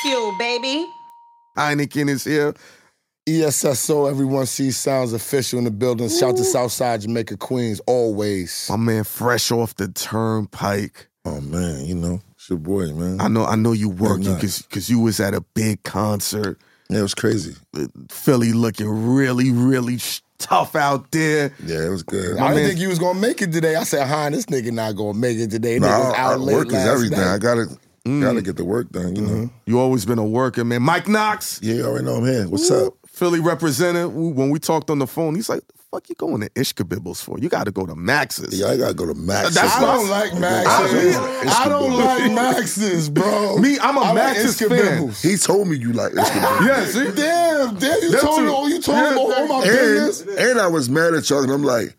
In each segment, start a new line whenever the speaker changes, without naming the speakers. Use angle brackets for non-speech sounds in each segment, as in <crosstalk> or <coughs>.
fuel, baby.
Heineken is here. E ESSO, everyone sees sounds official in the building. Shout to Southside Jamaica Queens, always.
My man, fresh off the turnpike.
Oh man, you know, it's your boy, man.
I know, I know you work
Good night.
because because you was at a big concert.
Yeah, it was crazy.
Philly looking really, really sh- tough out there.
Yeah, it was good.
I
I
didn't
mean,
think you was gonna make it today. I said, "Huh, this nigga not gonna make it today."
nah,
Nigga was
I- I-
out late
work is
last
everything.
night.
I gotta
Mm.
gotta get the work done. You know.
You always been a worker, man. Mike Knox,
Yeah, you already know I'm here. What's
Mm-hmm.
up?
Philly representative. When we talked on the phone, he's like, "The fuck you going to Ishkabibbles for? You got to go to Max's."
Yeah, I gotta go to Max.
That's
I
why-
don't like
I-
Maxes. I, don't like Maxes, bro.
Me, I'm a
I like
Max's
Iskabibbles.
fan.
He told me you like
<laughs>
Ishkabibbles.
Yeah, see?
Damn, damn, you
Them
told
two-
me, oh, you told
Yeah,
me all, all my business.
And, and I was mad at y'all, and I'm like,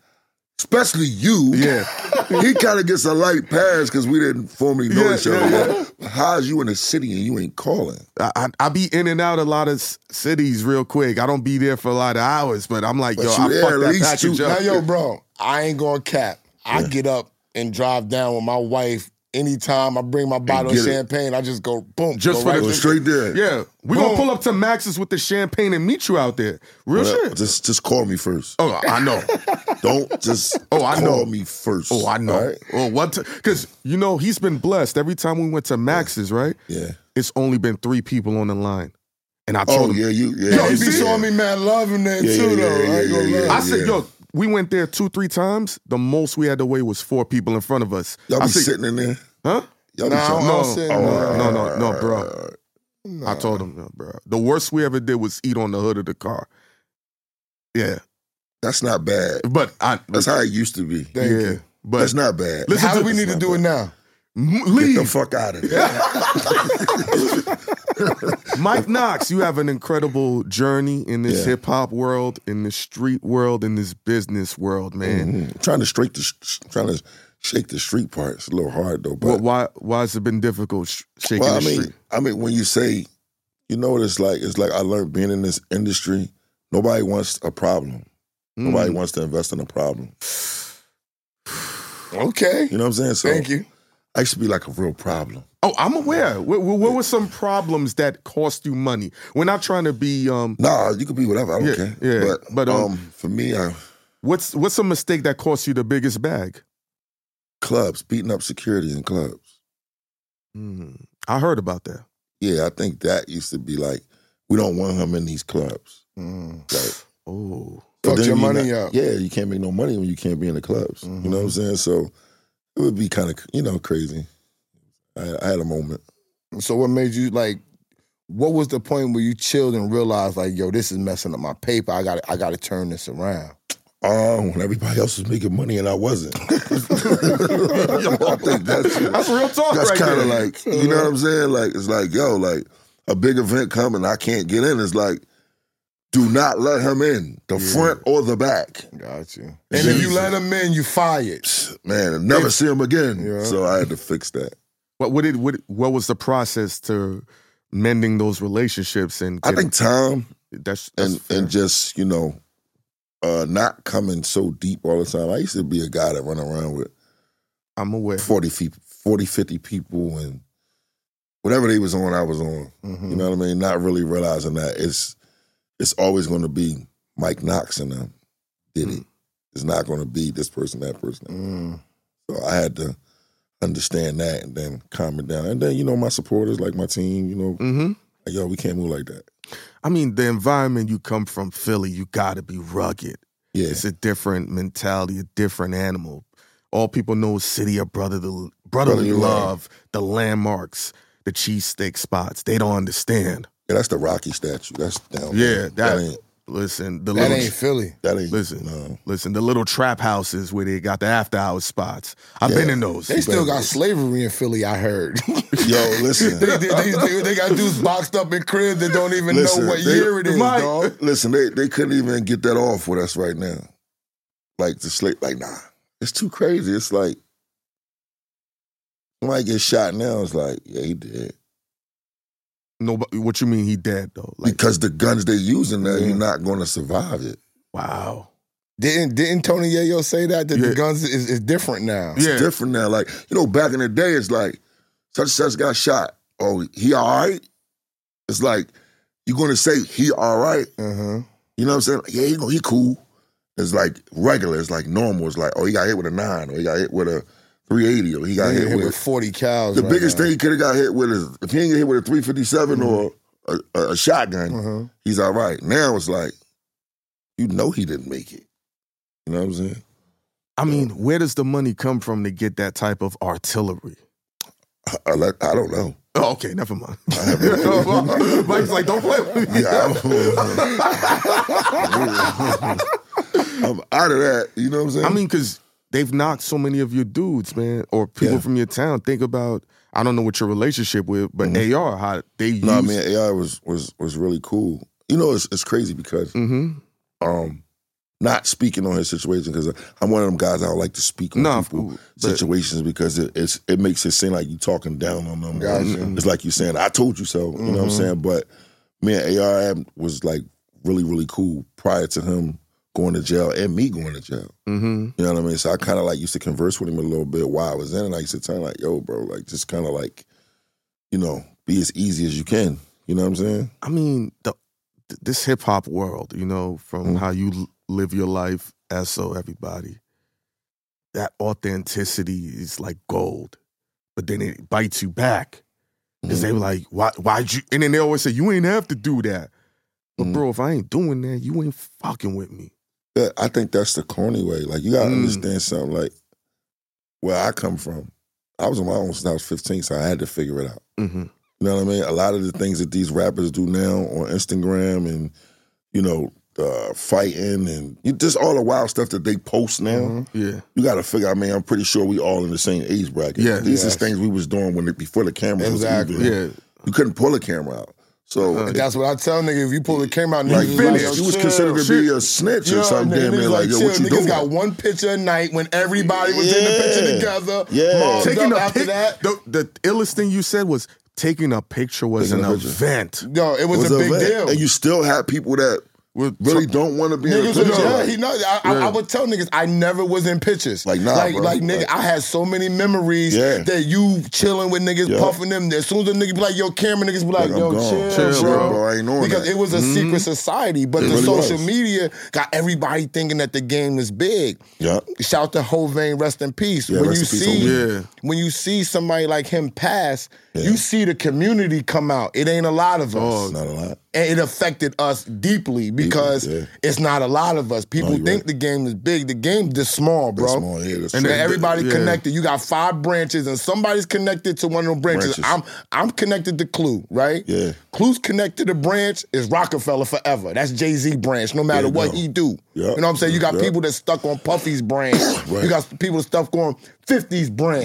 especially you.
Yeah.
<laughs> he kind of gets a light pass because we didn't formally know
Yeah,
each other.
yeah,
yet. How's you in the city and you ain't calling?
I, I I be in and out a lot of s- cities real quick. I don't be there for a lot of hours, but I'm like,
But
yo,
you
I
there
fucked
at
that
least
package
you-
up.
Now, yo, bro, I ain't gonna cap. I get up and drive down with my wife anytime I bring my bottle of
get it.
champagne. I just go boom,
Just
go
for
right
the-
Go
there.
straight there.
Yeah, we gonna
Boom.
pull up to Max's with the champagne and meet you out there. Real
But
shit.
Just just call me first.
<laughs> oh, I know.
Don't just
<laughs> Oh, I
call
know.
me first.
Oh, I know.
all right?
Oh, what? Because you know he's been blessed. Every time we went to Max's, right?
Yeah.
It's only been three people on the line, and I told
Oh
him.
yeah, you yeah.
Yo,
Yeah,
he
you
be
see?
showing me mad love in there
Yeah,
too,
yeah,
though.
yeah,
I ain't
yeah,
gonna
yeah,
lie.
yeah.
I said,
Yeah.
yo, we went there two, three times. The most we had to wait was four people in front of us.
Y'all
I
be
said,
sitting in there.
huh?
Y'all
Nah,
be
I
trying,
don't
No,
sit
no,
in there.
Oh, no, no, no,
Uh,
bro. I told him, no, bro. The worst we ever did was eat on the hood of the car. Yeah,
that's not bad.
but I.
That's how it used to be.
Thank
yeah,
you.
but
That's not bad.
Listen
How
to
do we
this,
need to do it now?
M-
Get the
leave.
fuck out of there.
Mike Knox, you have an incredible journey in this
Yeah.
hip hop world, in this street world, in this business world, man.
Mhm. I'm trying to straight the sh- trying to shake the street part. It's a little hard though. But
Wh- why why has it been difficult sh- shaking
well, I
the
mean,
street?
I mean, when you say, you know what it's like? It's like I learned being in this industry. Nobody wants a problem.
Mm.
Mm.
Nobody wants to invest in a problem.
Okay.
You know what I'm saying? So
Thank you.
I used to be like a real problem.
Oh, I'm aware. What, what, what were some problems that cost you money? We're not trying to be. Um,
Nah, you could be whatever. I don't
Yeah,
care.
yeah,
But,
but, um,
um, for me, I
what's what's a mistake that cost you the biggest bag?
clubs beating up security in clubs.
Mm, I heard about that.
Yeah, I think that used to be like we don't want him in these clubs.
<sighs>
Like
Oh,
But
Fuck
then
Mm. your
you
money
not-
up. Mm-hmm.
Yeah, you can't make no money when you can't be in the clubs. You know what I'm saying? So it would be kind of you know crazy. I, I had a moment.
So what made you like? What was the point where you chilled and realized like, yo, this is messing up my paper. I got to I got to turn this around.
Um, when everybody else was making money and I wasn't. <laughs> I think
<laughs>
that's
that's real talk.
that's
right there.
kind of like you know what I'm saying. Like it's like yo, like a big event coming, I can't get in. It's like. Do not let him in, the front or the back.
Got you. And if you
Jesus.
let him in, you fired.
Man, I'll never see him again.
Yeah.
So I had to fix that.
What what did what what was the process to mending those relationships and
I
getting-
think time
that's, that's
and and just you know uh not coming so deep all the time i used to be a guy that run around with
I'm aware.
40 feet 40 50 people and whatever they was on i was on
Mm-hmm.
you know what i mean not really realizing that it's it's always going to be mike knox and them did
Mm.
it it's not going to be this person that person
Mm.
so i had to understand that and then calm it down and then you know my supporters like my team you know
Mm-hmm.
like, yo we can't move like that
I mean, the environment you come from, Philly, you gotta be rugged.
yeah
It's a different mentality, a different animal. All people know is city of brotherly,
Brotherly
brotherly
love.
love, the landmarks, the cheesesteak spots. They don't understand.
Yeah, that's the Rocky statue. That's down.
Yeah,
there.
that,
ain't.
listen, the
That
little
ain't Philly.
That ain't.
listen,
no.
listen, the little trap houses where they got the after hours spots. I've been
Yeah.
in those.
They still got slavery in Philly. I
<laughs>
heard. <laughs>
Yo,
<laughs>
listen.
they, they, they, they- they got dudes boxed up in cribs that don't even
listen.
know what
they-
year it is,
Mike.
dog.
Listen, they they couldn't even get that off with us right now. Like the slate, like nah, it's too crazy. It's like somebody gets shot now. It's like yeah, he did
Nobody, what you mean he dead though? Like
because the guns they using now, you're not going to survive it.
wow.
Didn't didn't Tony Yayo say that that
Yeah.
the guns is, is different now?
It's
Yeah.
different now. Like you know, back in the day, it's like such and such got shot. Oh, he all right? It's like you're gonna say he all right.
Uh-huh.
You know what I'm saying? Like, yeah, he, go- he cool. It's like regular. It's like normal. It's like oh, he got hit with a nine, or he got hit with a 380, or he got
Nigga
hit,
hit
with
with 40 cows.
the
right
biggest
now.
thing he could have got hit with is if he ain't get hit with a 357 or a, a, a shotgun,
Uh-huh.
he's all right. Now it's like you know he didn't make it. You know what I'm saying?
I mean, where does the money come from to get that type of artillery?
I, I let- I don't know.
Oh, okay, never
<laughs>
mind. <laughs>
have no
Mike's like, don't play with me.
Yeah, I'm, <laughs> I'm out of that. You know what I'm saying?
I mean, because they've knocked so many of your dudes, man, or people
Yeah.
from your town. Think about, I don't know what your relationship with, but AR, how they use.
Mm-hmm. no, I mean AI was was was really cool. You know, it's it's crazy because
Mhm.
um, not speaking on his situation because I'm one of them guys I don't like to speak on
Nah,
people
of- but-
situations because it it's, it makes it seem like you talking down on them guys. It's like you saying I told you so. You know what I'm saying? But me and ARM was like really really cool prior to him going to jail and me going to jail.
Mhm.
You know what I mean? So I kind of like used to converse with him a little bit while I was in, and I used to tell him like, "Yo, bro, like just kind of like, you know, be as easy as you can." You know what I'm saying?
I mean, the, th- this hip hop world, you know, from
Mm.
how you l- live your life, as so everybody, that authenticity is like gold. But then it bites you back because
Mm.
they were like, why, why'd you? And then they always say, you ain't have to do that. But
Mhm.
bro, if I ain't doing that, you ain't fucking with me.
That, I think that's the corny way. Like you
Hmm.
gotta
Mm.
understand something. Like where I come from, I was on my own since I was 15, so I had to figure it out.
hmm
You know what I mean? A lot of the things that these rappers do now on Instagram and you know, uh, fighting and you, just all the wild stuff that they post now.
Mm-hmm.
Yeah.
you got to figure. I mean, I'm pretty sure we all in the same age bracket.
Yeah.
these
Yes.
is things we was doing when it, before the cameras
Exactly.
was even.
Yeah.
You couldn't pull a camera out, so
Uh,
it-
That's what I tell nigga. If you pull the camera out,
you,
niggas
was
is like,
like-
yo,
you was
chill.
considered to be a snitch
Yeah,
or something.
nigga,
Damn
niggas
near like, yo,
chill.
what you
niggas
doing?
got one picture a night when everybody was in the picture
Yeah.
together.
Yeah.
Mobbed
Taking
up
a
Oh, after
pic-
that.
The, the illest thing you said was taking a picture was
Taking
an
a picture.
event.
Yo, it was,
It was
a
an
big
event.
deal.
and you still have people that
With-
really don't want to be in a
Niggas was,
picture.
yeah,
Like,
he know. I, I, I would tell niggas I never was in pictures.
Like, nah,
like,
bro.
like nigga,
Like-
I had so many memories
Yeah.
that you chilling with niggas,
Yeah.
puffing them. As soon as the nigga be like, yo, camera niggas be like,
I'm
yo,
gone.
chill,
Chill,
bro.
bro. I ain't on
because
that. Mm-hmm.
it was a secret society, but the
really
social
was.
media got everybody thinking that the game is big.
yeah,
Shout to Hovain, rest in peace.
Yeah,
when
rest
you
in peace,
see,
Hovain. Yeah.
when you see somebody like him pass, you see the community come out. It ain't a lot of us
it's not a lot.
and it affected us deeply because
Deeply, yeah.
it's not a lot of us. People
you're
think
right.
the game is big. The game this small, bro.
That's small. Yeah, that's
And
true.
And everybody
Yeah.
connected. You got five branches, and somebody's connected to one of them branches.
Branches.
I'm I'm connected to Clue, right?
Yeah.
Clue's connected to branch is Rockefeller forever. That's Jay Z branch. No matter
you
what
go.
he do, you
Yeah.
know what I'm saying. You got
Yeah.
people that stuck on Puffy's branch.
<coughs> Right.
You got people stuck on 50's branch.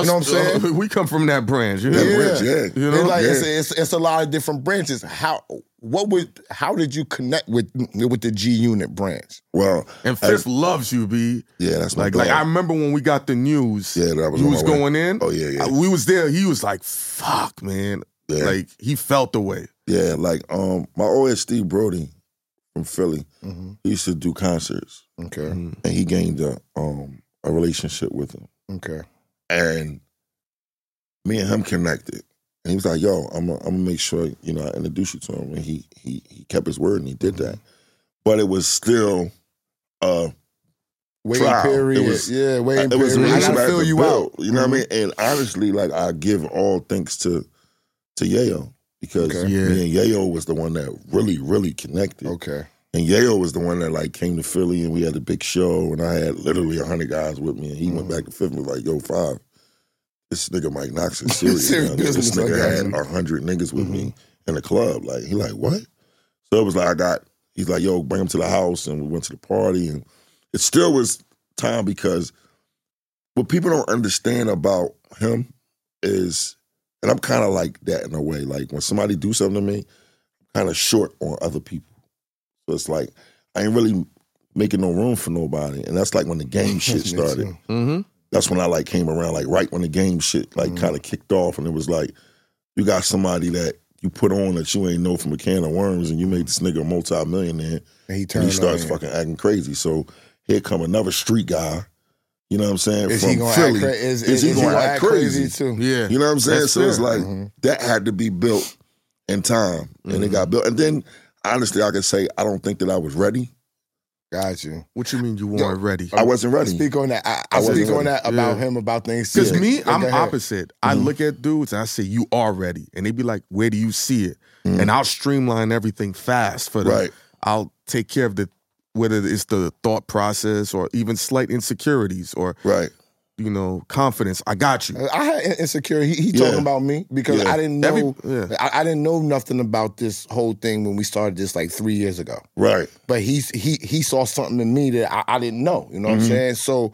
<laughs>
You know what I'm saying?
we come from that branch. You know?
Yeah. branch, yeah.
You know?
It's like it's,
Yeah.
it's, it's a lot of different branches. How what would how did you connect with with the G Unit branch?
Well,
And
as-
Fifth loves you, B.
yeah, that's my
Like, like
dog.
I remember when we got the news.
Yeah, that was
you
on
was
my way.
going in.
Oh, yeah, yeah.
I- we was there. He was like, "Fuck, man."
Yeah.
Like he felt the way.
Yeah, like um, my OSD Brody from Philly,
Mhm.
he used to do concerts,
Okay,
and he gained a um a relationship with him,
okay,
and me and him connected. And he was like, "Yo, I'm gonna I'm make sure you know I introduce you to him." And he he he kept his word and he did that, but it was still uh
waiting
Trial. It
period.
was-
yeah, waiting
it was a
period. I
relationship
gotta
had
fill
to
you
build,
out. Mm-hmm.
You know what I mean? And honestly, like I give all thanks to to Yayo because
Okay.
Yeah.
me and Yayo was the one that really really connected.
Okay,
And Yayo was the one that like came to Philly and we had a big show and I had literally hundred guys with me and he went back to Fifth and was like, yo, five, this nigga Mike Knox is serious.
Serious
now. This
business,
nigga
okay.
had a hundred niggas with me in the club. Like he like, what? So it was like I got he's like, yo, bring him to the house and we went to the party and it still was time because what people don't understand about him is and I'm kinda like that in a way. Like when somebody do something to me, I'm kinda short on other people. So it's like I ain't really making no room for nobody. And that's like
<laughs>
when the game shit started.
Mm-hmm.
That's when I like came around, like right when the game shit like
Mm-hmm.
kind of kicked off, and it was like, you got somebody that you put on that you ain't know from a can of worms, and you made this nigga a multi-millionaire,
and he turned.
and he
on
starts
you.
fucking acting crazy. So here come another street guy. You know what I'm saying?
Is
from
he gonna
Philly.
act crazy? Is, is, is he gonna act crazy, too? Mm-hmm.
Yeah.
You know what I'm saying?
That's
so it's
fair.
like that had to be built and time, and it
Mhm.
Mm-hmm.
got built. And then, honestly, I could say I don't think that I was ready.
Got you.
What you mean you weren't ready?
I wasn't ready.
Speak on that. I, I,
I wasn't
speak on
ready.
that about
Yeah.
him about things.
Because
Yeah.
me,
Go
I'm
ahead.
opposite. I
Mhm.
look at dudes and I say, you are ready. And they be like, where do you see it?
Mhm.
And I'll streamline everything fast for them.
Right.
I'll take care of the, whether it's the thought process or even slight insecurities or,
Right.
you know, confidence. I got you.
I had in- insecure. He, he
Yeah.
talking about me because
Yeah.
I didn't know.
Every- yeah.
I, I didn't know nothing about this whole thing when we started this like three years ago.
Right.
But he's he he saw something in me that I, I didn't know. You know what I'm saying? So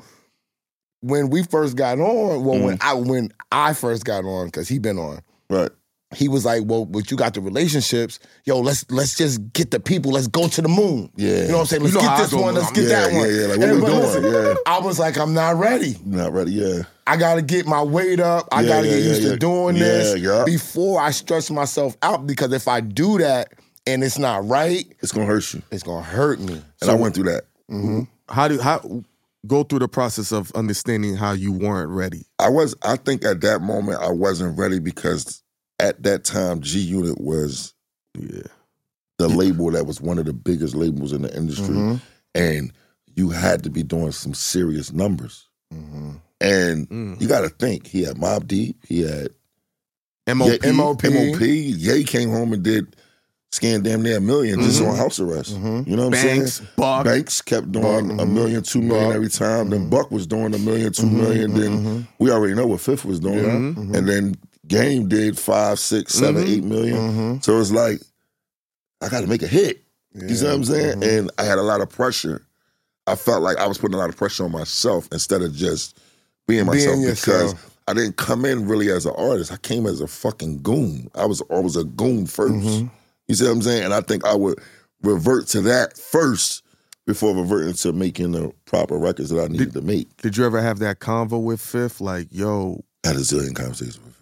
when we first got on, well, when I when I first got on, because he been on,
Right.
he was like, "Well, but you got the relationships, yo. Let's let's just get the people. Let's go to the moon.
Yeah.
You know what I'm saying? Let's
You know
get
how I
this
go,
one. Let's
I'm-
get
yeah,
that one.
yeah, yeah, like, what
And-
we
but
doing? Yeah.
I was like, I'm not ready.
Not ready. Yeah.
I gotta get my weight up. I
Yeah,
gotta
yeah,
get
yeah,
used
yeah.
to doing
Yeah,
this
yeah.
before I stretch myself out. Because if I do that and it's not right,
It's gonna hurt you.
it's gonna hurt me.
And I went through that.
How do, how, go through the process of understanding how you weren't ready.
I was. I think at that moment I wasn't ready because at that time G Unit was
Yeah.
the label that was one of the biggest labels in the industry,
Mhm.
and you had to be doing some serious numbers.
Mhm.
And
Mm.
you got to think he had Mob Deep, he had
M.O.P.
Ye-
MOP.
MOP. Ye came home and did scan damn near a 1000000 just
Mhm.
on house arrest.
Mhm.
You know what I'm
Banks,
saying?
Buck.
Banks kept doing
Buck,
a
mhm.
million, two million
Buck.
every time. Then Buck was doing a million, two
Mhm,
million. Mm-hmm. Then
mhm.
we already know what Fifth was doing.
Mhm.
And then Game did five, six, seven,
Mhm.
eight million.
Mhm.
So it's like, I got to make a hit. You see
Yeah.
what I'm saying? And I had a lot of pressure. I felt like I was putting a lot of pressure on myself instead of just being myself because
yourself.
I didn't come in really as an artist. I came as a fucking goon. I was always a goon 1st You see what I'm saying? And I think I would revert to that first before reverting to making the proper records that I needed to make.
Did you ever have that convo with Fifth? Like, yo,
I had a zillion conversations with him.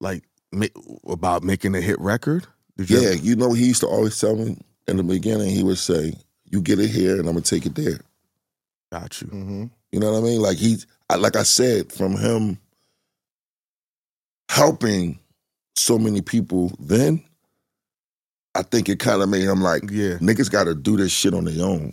like ma- about making a hit record? Did you
Yeah,
ever-
you know, he used to always tell me in the beginning, he would say, You get it here and I'm going to take it there.
got you.
Mhm.
You know what I mean? Like he, I, like I said, from him helping so many people then, I think it kind of made him like
Yeah.
niggas got to do this shit on their own.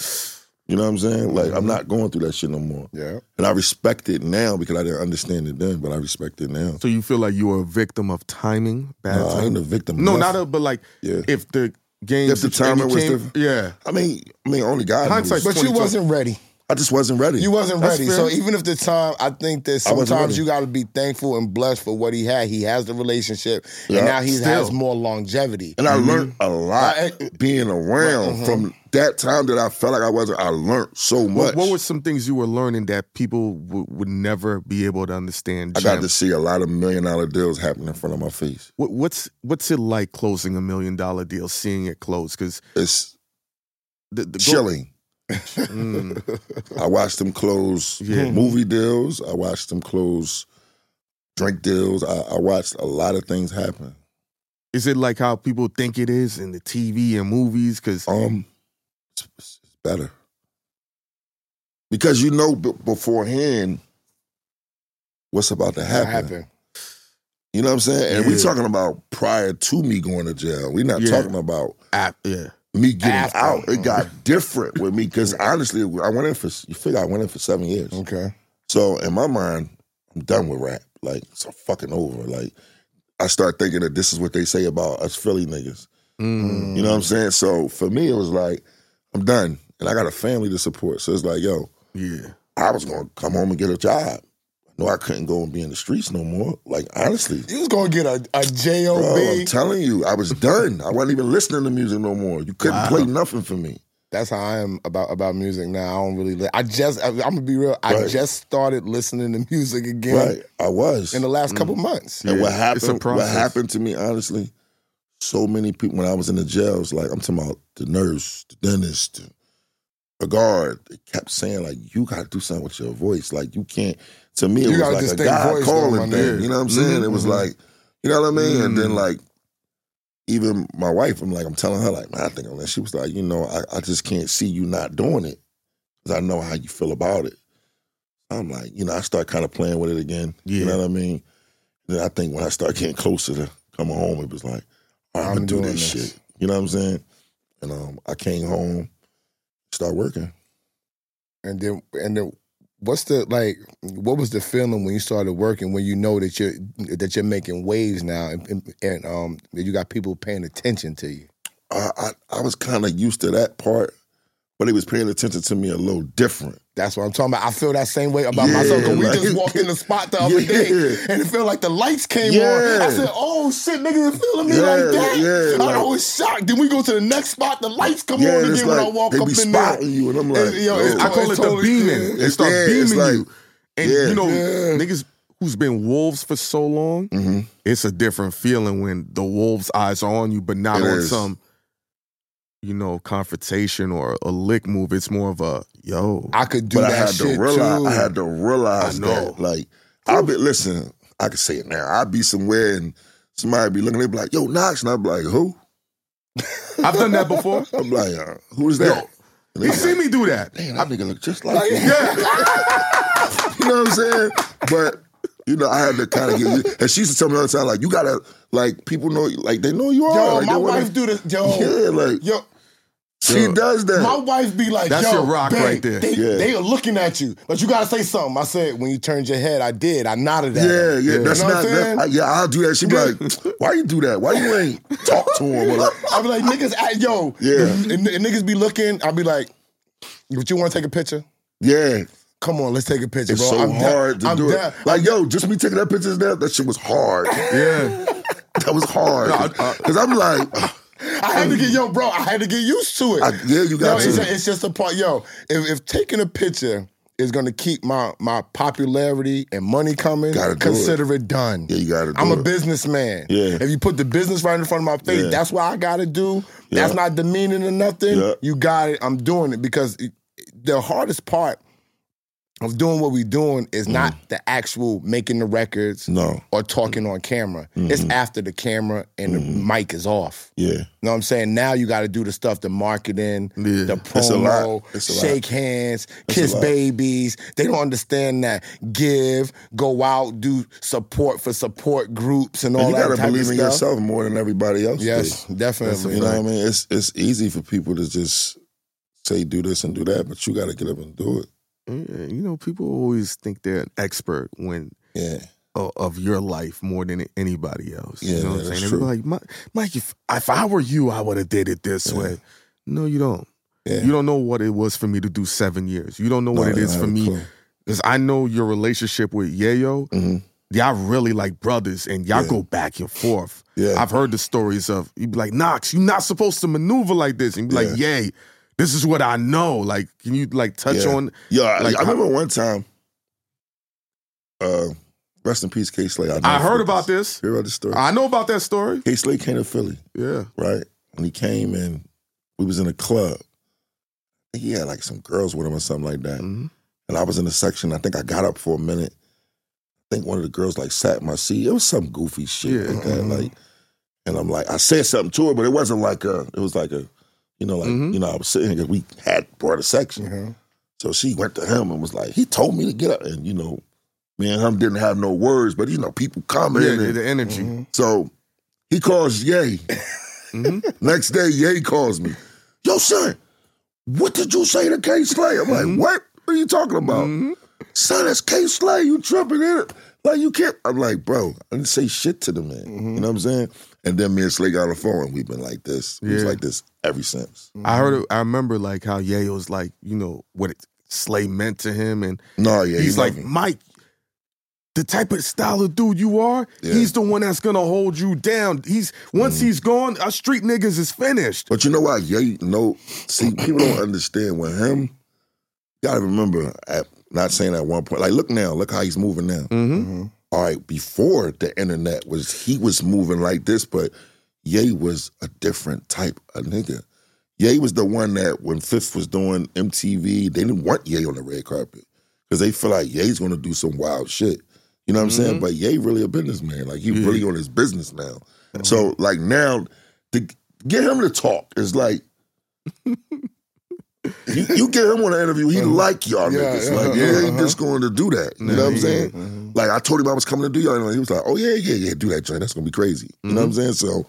You know what I'm saying? Like
Mm-hmm.
I'm not going through that shit no more,
Yeah.
and I respect it now because I didn't understand it then, but I respect it now.
So you feel like you were a victim of timing, bad
Nah, I ain't
timing?
a victim. of
No,
nothing.
not a, but like
Yeah.
if the game,
If the timing was different.
yeah,
I mean, I mean, only God. knows.
Hindsight's
But you
2020.
wasn't ready.
I just wasn't ready.
You wasn't
That's
ready.
fair.
So even if the time, I think that
I wasn't
sometimes
ready.
you got to be thankful and blessed for what he had. He has the relationship,
Yeah.
and now he has
Still.
more longevity.
And I
Mm-hmm.
learned a lot
I-
being around
Uh-huh.
Mhm.
from that time that I felt like I wasn't. I learned so much.
What, what were some things you were learning that people w- would never be able to understand?
I got
Jam?
to see a lot of million dollar deals happen in front of my face.
What, what's what's it like closing a million dollar deal, seeing it close? Because
It's
the, the go-
chilling.
Mm,
I watched them close
Yeah.
movie deals. I watched them close drink deals. I, I watched a lot of things happen.
is it like how people think it is in the TV and movies? Because
Um, it's, it's better because you know b- beforehand what's about to
That
happen.
happened.
You know what I'm saying? And we
Yeah.
talking about prior to me going to jail. We're not
Yeah.
talking about
yeah,
me getting
After.
out. It got different with me because honestly, I went in for you figure I went in for seven years.
Okay.
So in my mind, I'm done with rap. Like it's fucking over. Like I start thinking that this is what they say about us Philly niggas.
Mm,
You know what I'm saying? So for me, it was like I'm done, and I got a family to support. So it's like, yo,
yeah,
I was gonna come home and get a job. No, I couldn't go and be in the streets no more. Like honestly,
You was gonna get a, a job.
bro, I'm telling you, I was done. I wasn't even listening to music no more. You couldn't
Wow.
play nothing for me.
That's how I am about about music now. I don't really. Li- I just. I, am gonna be real. I
Right.
just started listening to music again
Right? Mm. I was.
in the last couple months.
And what
Yeah, it's a
happened? What
process.
happened to me, honestly? So many people when I was in the jails, like I'm talking about the nurse, the dentist, the guard, they kept saying like, "You got to do something with your voice. Like you can't." To me, it
You got a
was like a
distinct
God
voice, though,
calling
my
thing.
nigga.
You know what I'm saying? It was
Mhm.
like, you know what I mean? And then
Mm.
like, even my wife, I'm like, I'm telling her like, man, I think, and she was like, you know, I, I just can't see you not doing it because I know how you feel about it. I'm like, you know, I start kind of playing with it again. You
Yeah.
know what I mean? Then I think when I start getting closer to coming home, it was like, I'm,
I'm
gonna do
doing
this,
this.
shit. You know what I'm saying? And um, I came home, start working.
And then and then what's the like what was the feeling when you started working when you know that you're that you're making waves now and, and, and um that you got people paying attention to you?
I I, I was kind of used to that part, but it was paying attention to me a little different.
That's what I'm talking about. I feel that same way about
Yeah,
myself. 'cause
like-
we just walked in the spot
<laughs>
the other
Yeah.
day and it felt like the lights came on.
Yeah.
I said, oh shit, niggas are feeling me
Yeah,
like that.
yeah,
I
like-
was shocked. Then we go to the next spot, the lights come
Yeah,
on
and it's
again when I
like
walk
they
up
be
in there.
spotting you, and I'm like,
It's- yo, it's
"Yo,
I call it
It's
the
totally-
beaming. They
It's-
start
yeah, it's
beaming
like-
you. And
yeah.
you know,
Yeah.
niggas who's been wolves for so long,
mhm.
it's a different feeling when the wolves' eyes are on you, but not
It
on
is.
some, you know, confrontation or a lick move. It's more of a yo.
I could do
but
that
I had
shit
to realize
too.
I had to realize
I know.
that. Like I'll be listen, I can say it now. I'd be somewhere and somebody be looking, they be like, yo, Knox, and I'd be like, who?
I've done that
<laughs>
before.
I'm like, uh, who's that? And they
You
be
see
like,
me do that.
Damn, that nigga look just like you.
Yeah.
<laughs> You know what I'm saying? But you know, I had to kind of get. And she used to tell me all the time, like, you gotta, like, people know, like, they know you are.
Yo,
like,
my
they wanna-
wife do this. Yo,
<laughs> yeah, like,
yo,
she
Yo.
does that.
my wife be like,
That's
yo,
your rock
babe,
right there.
They,
Yeah.
they are looking at you, but you gotta say something. I said when you turned your head, I did. I nodded at
yeah,
her.
yeah, that's
You know what
not.
I'm saying?
That's, I, yeah, I'll do that. She
<laughs>
be like, "Why you do that? Why you ain't talk to him?" Or like, <laughs>
I be like, niggas, at, yo,
Yeah.
and, and niggas be looking. I be like, but you want to take a picture?
yeah,
Come on, let's take a picture,
It's
bro.
so
I'm down-
hard to
I'm
do
down.
it. Like, yo, just me taking that pictures now, that shit
<laughs>
was hard.
Yeah.
That was hard.
No, I- I-
Because I'm like, <sighs> ugh,
I had to get yo, bro. I had to get used to it.
I- yeah, you
Yo,
got
it's,
to.
it's just a part. Yo, if, if taking a picture is gonna keep my my popularity and money coming,
Gotta do
consider it, done.
Yeah, you gotta do
I'm a
it.
businessman.
Yeah.
If you put the business right in front of my face,
Yeah.
that's what I gotta do. That's
Yeah.
not demeaning or nothing.
Yeah.
You got it. I'm doing it because it- the hardest part of doing what we doing is not the actual making the records
Mm-hmm. No, Mm-hmm.
or talking on camera. It's after the camera and the mic is off.
yeah.
You know what I'm saying? Now you got to do the stuff, the marketing,
Yeah.
the
It's a lot.
promo,
It's a lot.
shake hands,
a
kiss
lot.
babies. They don't understand that. Give, go out, do support for support groups and all
And you
that
gotta
type of
believe in
stuff.
yourself more than everybody else.
Yes,
does.
definitely.
You know what I mean? It's it's easy for people to just say do this and do that, but you gotta get up and do it.
Yeah, Eh, You know, people always think they're an expert when
Yeah.
o- of your life more than anybody else.
Yeah,
you know what I'm
yeah,
saying?
that's
They be
true.
Like, "Mi- Mike, if, if I were you, I would have did it this way. No, you don't.
Yeah.
You don't know what it was for me to do seven years. You don't know what
No,
it
I
is
have
for
a
me.
clue.
Because I know your relationship with Yayo.
Mhm.
Y'all really like brothers and y'all go back and forth.
Yeah.
I've heard the stories of you be like, Knox, you're not supposed to maneuver like this. And you be like, yay, this is what I know. Like, can you like touch
Yeah.
on
Yeah, I-
Like,
I, remember one time. Uh, rest in peace, K Slay. know
I heard
this.
about this.
Heard about this story.
I know about that story.
K Slay came to Philly.
Yeah.
right? When he came in, we was in a club. I think He had like some girls with him or something like that.
Mhm.
And I was in the section. I think I got up for a minute. I think one of the girls like sat in my seat. It was some goofy shit
Yeah.
like that. Like, and I'm like, I said something to her, but it wasn't like a. It was like a, you know, like
Mhm.
you know, I was sitting because we had brought a section.
Mhm.
So she went to him and was like, he told me to get up, and you know, me and him didn't have no words, but you know, people coming.
Yeah,
and-
the, the energy.
Mm-hmm. so he calls Ye.
Mhm.
Next day, Ye calls me. Yo, son, what did you say to K Slay? I'm like,
Mm-hmm.
what? What are you talking about?
Mhm.
Son, that's K Slay. You tripping in it. Like, you can't. I'm like, bro, I didn't say shit to the man.
Mm-hmm.
You know what I'm saying? And then me and Slay got on the phone and we've been like this. We've been
Yeah.
like this ever since.
I heard. I remember like how Yayo was like, you know, what it, Slay meant to him, and
No, yeah.
he's
he
like,
loved me.
Mike, the type of style of dude you are,
Yeah. Mm-hmm.
he's the one that's gonna hold you down. He's once he's gone, our street niggas is finished.
But you know why? Ye, no. See, people don't understand when him, you gotta remember, at, not saying at one point, like, look now, look how he's moving now.
Mm-hmm.
all right, before the internet was he was moving like this, but Ye was a different type of nigga. Ye was the one that when Fifth was doing MTV, they didn't want Ye on the red carpet because they feel like Ye's going to do some wild shit. You know what I'm
Mm-hmm.
saying? But Ye really a businessman. Like he really on his business now. So like now to get him to talk is
<laughs>
like. you, you get him on an interview, he like y'all
Uh-huh. Yeah,
niggas.
yeah,
like, yeah,
uh-huh.
he just going to do that. You know what I'm saying? Like I told him I was coming to do y'all, and he was like, "Oh yeah, yeah, yeah, do that, joint. That's gonna be crazy." You know what I'm saying? So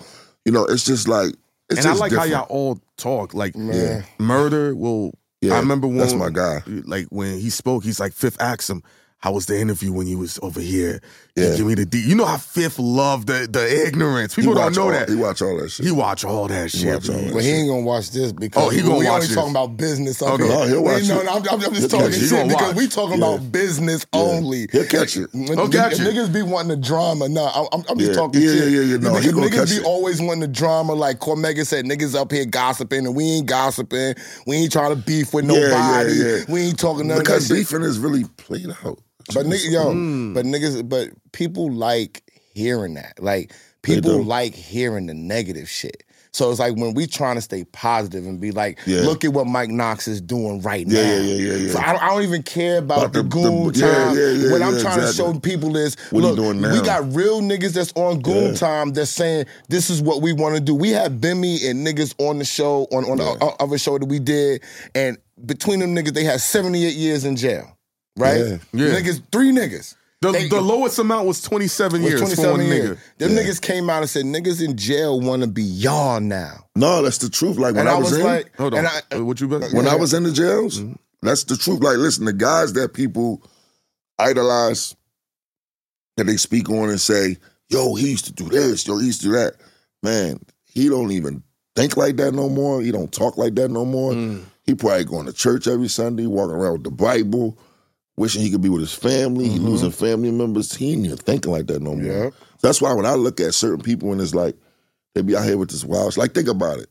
You know, it's just like
Mm-hmm.
it's
and I
just
like
different.
how y'all all talk. Like
Man.
murder will.
Yeah,
I remember when
that's my guy.
Like when he spoke, he's like Fifth Axum. How was the interview when you was over here?
Yeah.
You give me the D. You know how Fifth loved the the ignorance. People don't
watch
know
all,
that.
He watch all that shit.
He watch all that shit.
watch all
man.
that
But he ain't gonna watch this because
Oh, he gonna
we
watch
only
this.
talking about business.
Okay.
Okay,
Oh, he'll watch
no,
it.
no, I'm, I'm just
He'll
talking
catch it. He
shit
gonna
because
watch.
we talking
Yeah.
about business only.
He'll catch it.
When
He'll
the-
catch
the
it.
Niggas be wanting the drama. Nah, I'm, I'm- I'm just
Yeah.
talking
Yeah,
shit.
yeah, yeah, yeah. No,
niggas,
he gonna
niggas
catch
be
it.
always wanting the drama. Like Cormega said, niggas up here gossiping and we ain't gossiping. We ain't trying to beef with
Yeah, yeah,
nobody.
yeah.
We ain't talking none
because
of that shit.
beefing is really played out.
But nigga, yo,
Mm.
but niggas, but people like hearing that. Like
They
people
do.
like hearing the negative shit. So it's like when we trying to stay positive and be like,
Yeah.
look at what Mike Knox is doing right
Yeah,
now.
yeah, yeah, yeah, yeah.
So I don't, I don't even care about,
About
the,
the-
goon
the- yeah,
time.
yeah, yeah,
what I'm
yeah,
trying to
exactly.
show people is,
What he
look,
doing
we
now?
got real niggas that's on goon
Yeah.
time that's saying this is what we want to do. We had Bimmy and niggas on the show on on the o- other show that we did, and between them niggas, they had 78 years in jail. Right?
Yeah.
Yeah.
Niggas, three niggas.
The,
They-
the lowest amount was 27
was
years for one
27 years.
nigga.
Them niggas came out and said, niggas in jail want to be y'all now.
No, that's the truth. Like when
And
I,
I was
in,
like-
Hold on.
And I-
Uh, what you bet?
when I was in the jails, that's the truth. Like, listen, the guys that people idolize, that they speak on and say, "Yo, he used to do this. Yo, he used to do that." Man, he don't even think like that no more. He don't talk like that no more. He probably going to church every Sunday, walking around with the Bible, wishing he could be with his family. He losing family members. He ain't even thinking like that no more.
Yep.
That's why when I look at certain people and it's like they be out here with this wild. shit. Like think about it.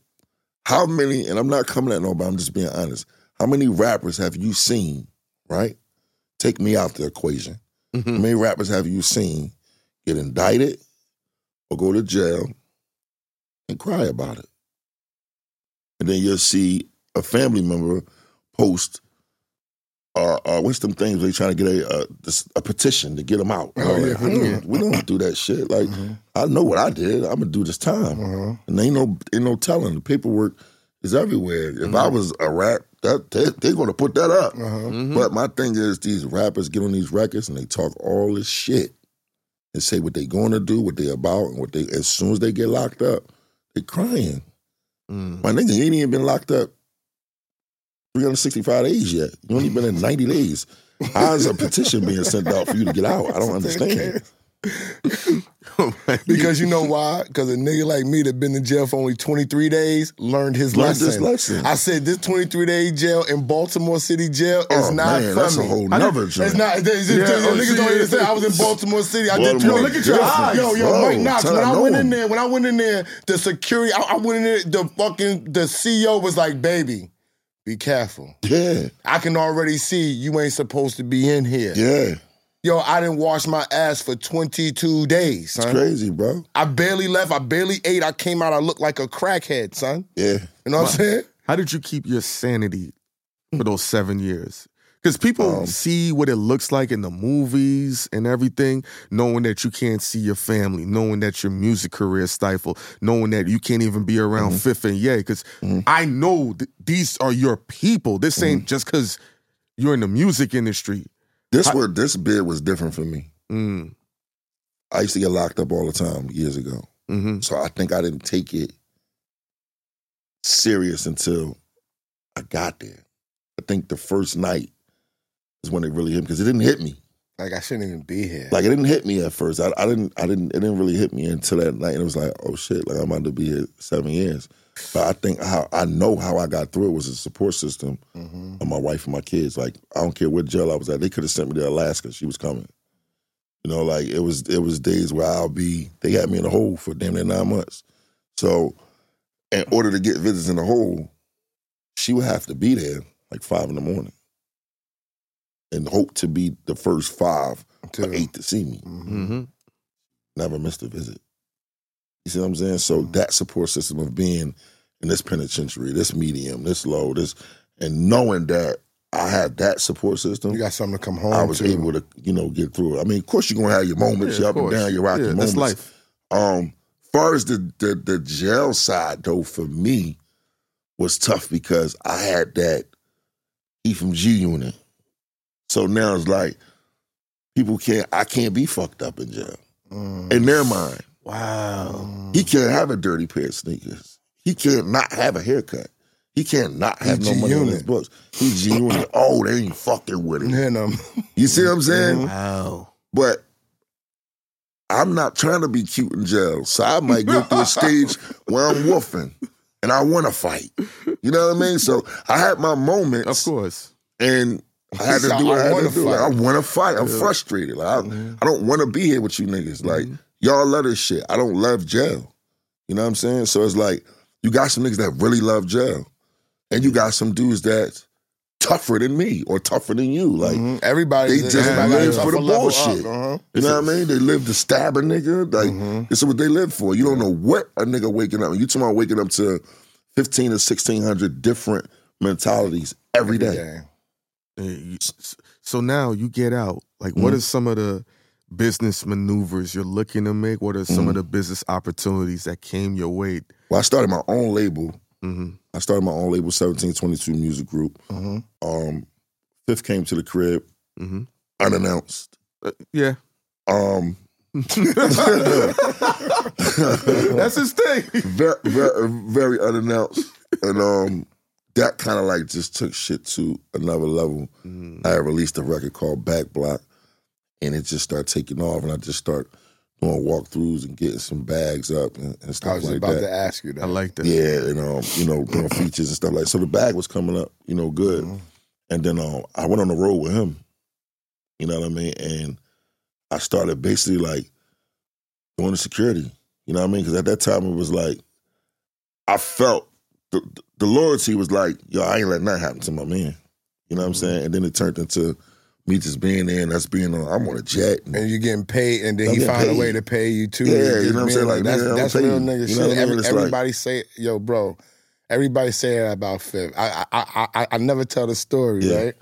How many? And I'm not coming at nobody. I'm just being honest. How many rappers have you seen? Right. Take me out the equation. How
Mm.
many rappers have you seen get indicted or go to jail and cry about it? And then you'll see a family member post, uh, uh, what's them things they trying to get a a, this- a petition to get them out?
Oh, yeah.
Like, we, don't, we don't do that shit. Like
Mm-hmm.
I know what I did. I'm gonna do this time,
Uh-huh.
and ain't no ain't no telling. The paperwork is everywhere. If I
Mm-hmm.
was a rap, that they, they gonna put that up.
Uh-huh.
Mm-hmm.
But my thing is, these rappers get on these records and they talk all this shit and say what they going to do, what they about, and what they. As soon as they get locked up, they crying.
Mm. <laughs>
Mm-hmm.
My nigga he ain't even been locked up 365 days yet. You only
<laughs>
been in 90 days. How's a petition being sent out for you to get out?
<laughs>
I don't understand.
Oh
Because you know why? Because a nigga like me that been in jail for only 23 days learned his
Learned
lesson.
his lesson.
I said this 23 day jail in Baltimore City jail is
oh,
not
man,
for
that's
me.
a whole nother
It's
joint.
not. It's, it's,
Yeah,
it's-
oh,
niggas
see,
don't even
yeah.
say I was in Baltimore City. I did.
Baltimore.
Yo, look at your
Yo,
eyes. Yo, yo,
bro,
Mike Knox.
tell
When
I
I
know
went in
him.
there, when I went in there, the security, I, I went in there. The fucking the CEO was like, "Baby, be careful.
Yeah,
I can already see you ain't supposed to be in here.
yeah.
Yo, I didn't wash my ass for 22 days, son.
Crazy, bro.
I barely left. I barely ate. I came out. I looked like a crackhead, son.
Yeah.
You know what I'm saying?
How did you keep your sanity for those seven years? Because people
Mm. Um,
see what it looks like in the movies and everything, knowing that you can't see your family, knowing that your music career is stifled, knowing that you can't even be around
Mm-hmm.
Fifth and Yay. Because I know th- these are your people. This ain't
Mm-hmm.
just because you're in the music industry.
This where this bid was different for me.
Mm,
I used to get locked up all the time years ago.
hmm
So I think I didn't take it serious until I got there. I think the first night is when it really hit me because it didn't hit me.
Like I shouldn't even be here.
Like it didn't hit me at first. I, I didn't. I didn't. It didn't really hit me until that night. And it was like, oh shit! Like I'm about to be here seven years. But I think how I know how I got through it was a support system
Mm-hmm.
of my wife and my kids. Like I don't care what jail I was at. They could have sent me to Alaska. She was coming. You know, like it was. It was days where I'll be. They had me in a hole for damn near nine months. So, in order to get visits in the hole, she would have to be there like five in the morning, and hope to be the first five
to- Mm-hmm.
or eight to see me
hmm
never missed a visit. You see what I'm saying? So
Mm-hmm.
that support system of being in this penitentiary, this medium, this low, this, and knowing that I had that support system,
you got something to come home
Mm-hmm. I was
to.
able to, you know, get through it. I mean, of course, you're gonna have your moments,
Yeah,
your
of
up and
course.
down, your rocky
Yeah,
moments.
that's life.
Um, far as the, the the jail side though, for me, was tough because I had that E from G unit. So now
Mm.
Mm.
it's like people can't. I can't be fucked up in jail in their mind.
Wow.
He can't have a dirty pair of sneakers. He can't not have a haircut. He can't not have
He's
no money in his
G-Unit.
books.
<clears throat>
He's G unit. Oh, they ain't fucking with it.
And, um,
You see what I'm saying?
Mm-hmm.
Wow.
But I'm not trying to be cute in jail. So I might go through a stage where I'm woofing and I want to fight. You know what I mean? So I had my moments
Of course.
and I had to
He said,
do what
"I
I, had
wanna
to do. Like, I
fight. Mm-hmm.
want to fight. I'm
Yeah.
frustrated. Like, I,
Mhm.
I don't want to be here with you niggas. Like y'all love this shit. I don't love jail. You know what I'm saying? So it's like you got some niggas that really love jail, and you got some dudes that tougher than me or tougher than you. Like
mhm. everybody,
Mm-hmm. they just
everybody
live
is
for the
up a level
bullshit.
Up, uh-huh.
you know what I mean? They live to stab a nigga. Like this is what they live for. You don't know what a nigga waking up. You talking about waking up to fifteen or sixteen hundred different mentalities every day.
Yeah.
Uh, you- s- So now you get out. Like, what
Mm-hmm.
Mhm.
are some of the business maneuvers you're looking to make? What are some
Mm-hmm.
of the business opportunities that came your way?
Well, I started my own label.
hmm
I started my own label, 1722 Music Group.
Mhm.
Um, Fifth came to the crib
hmm
unannounced.
yeah,
<laughs>
Um,
<laughs>
<laughs>
that's his
<laughs>
thing.
very, very, very unannounced, and um, that kind of like just took shit to another level.
Mhm.
I had released a record called Back Block, and it just started taking off, and I just start doing walkthroughs and getting some bags up and, and
I
stuff
was just
like
about
that.
to ask you that.
I like that.
Yeah, and um, you know, doing features and stuff like so. The bag was coming up, you know, good.
Mm-hmm.
Mhm.
And then um, I went on the road with him. You know what I mean? And I started basically like doing the security. You know what I mean? Because at that time it was like I felt the, the loyalty was like, yo, I ain't letting that happen to my man. You
Mm-hmm.
know what I'm saying? And then it turned into me just being there and us being on. I'm on a jet. And,
and you're getting paid, and then
I'm
he
getting
found a
paid.
way to pay you too.
Yeah,
It
you
just
know what I'm
mean,
saying? Like,
that's
nigga, I'm
that's
paying
real
you.
nigga
You
shit.
know what I mean?
Every-
It's like-
everybody say, yo, bro. Everybody say that about Fifth. I I I, I, I never tell the story,
Yeah.
right?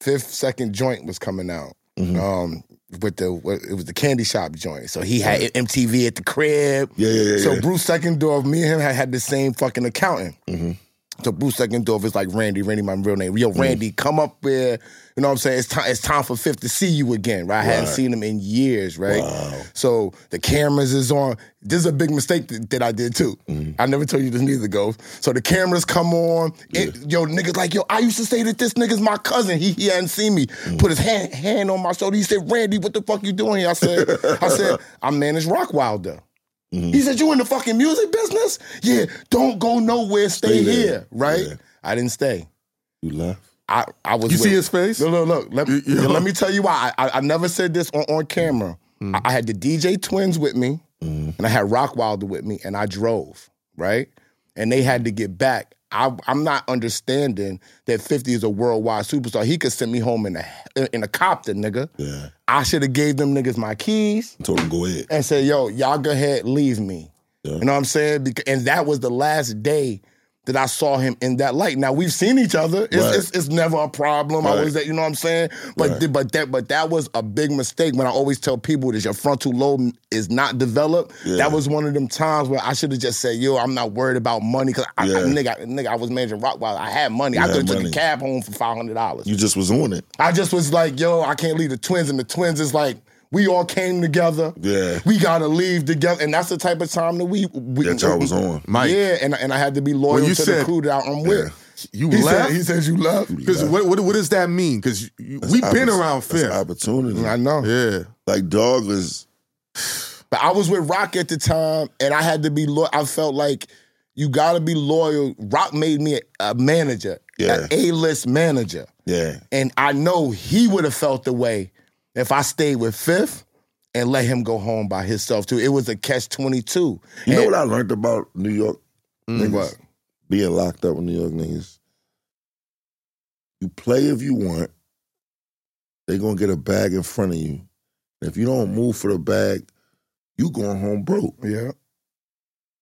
Fifth second joint was coming out.
Mhm.
Um, with the what, it was the candy shop joint. So he had MTV at the crib.
yeah, yeah, yeah.
So
yeah.
Bruce Seckendorf, me and him had, had the same fucking accountant.
Mhm.
So Bruce Seckendorf is like Randy, Randy, my real name. Yo, Randy,
Mm.
come up here. You know what I'm saying? It's time. It's time for Fifth to see you again, right? I hadn't
Right.
seen him in years, right?
Wow.
So the cameras is on. This is a big mistake that, that I did too.
Mm-hmm.
I never told you this neither, Ghost. So the cameras come on. It- yo, niggas like, yo, I used to say that this nigga's my cousin. He, he hadn't seen me.
Mm.
Put his hand, hand on my shoulder. He said, Randy, what the fuck you doing here? I said, I
<laughs>
said, I manage Rockwilder. He said, You in the fucking music business? Yeah, don't go nowhere. Stay,
Stay there.
here, right?
Yeah.
I didn't stay.
You left.
I, I was
You see
with-
his face?
Look, look, look. Let,
You-
let me tell you why. I, I, I never said this on, on camera.
Mm-hmm.
I, I had the DJ Twins with me, and I had Rockwilder with me, and I drove, right? And they had to get back. I, I'm not understanding that 50 is a worldwide superstar. He could send me home in a in a copter, nigga.
Yeah.
I should have gave them niggas my keys
I told him go ahead.
and said, "Yo, y'all go ahead, leave me."
Yeah.
You know what I'm saying? Bec- And that was the last day that I saw him in that light. Now we've seen each other. It's,
Right.
it's, it's never a problem. I
Right.
was that. You know what I'm saying? But
Right.
th- but that but that was a big mistake. When I always tell people that your frontal lobe is not developed,
Yeah.
that was one of them times where I should have just said, "Yo, I'm not worried about money," because I,
Yeah.
I, nigga, nigga, I was managing Rockwilder. I had money. I
had
could have took a
money.
cab home for five hundred dollars.
You just was on it.
I just was like, yo, I can't leave the twins. And the twins is like, we all came together.
Yeah.
We gotta leave together. And that's the type of time that we, we
That y'all was on.
Mike,
Yeah, and, and I had to be loyal
When you
to the
said-
crew that I'm with.
you
He,
left?
said, he says you love.
Because what, what what does that mean? Because we've been around
That's
fifth.
opportunity.
I know.
Yeah.
Like dog is
But I was with Rock at the time, and I had to be loyal. I felt like you gotta be loyal. Rock made me a, a manager,
Yeah.
a A-list manager.
yeah.
And I know he would have felt the way if I stayed with Fifth and let him go home by himself too. It was a catch twenty two.
You know what I learned about New York
Mm.
niggas?
Mm, What?
Being locked up with New York niggas. You play if you want. They gonna get a bag in front of you. If you don't move for the bag, you going home broke
Yeah,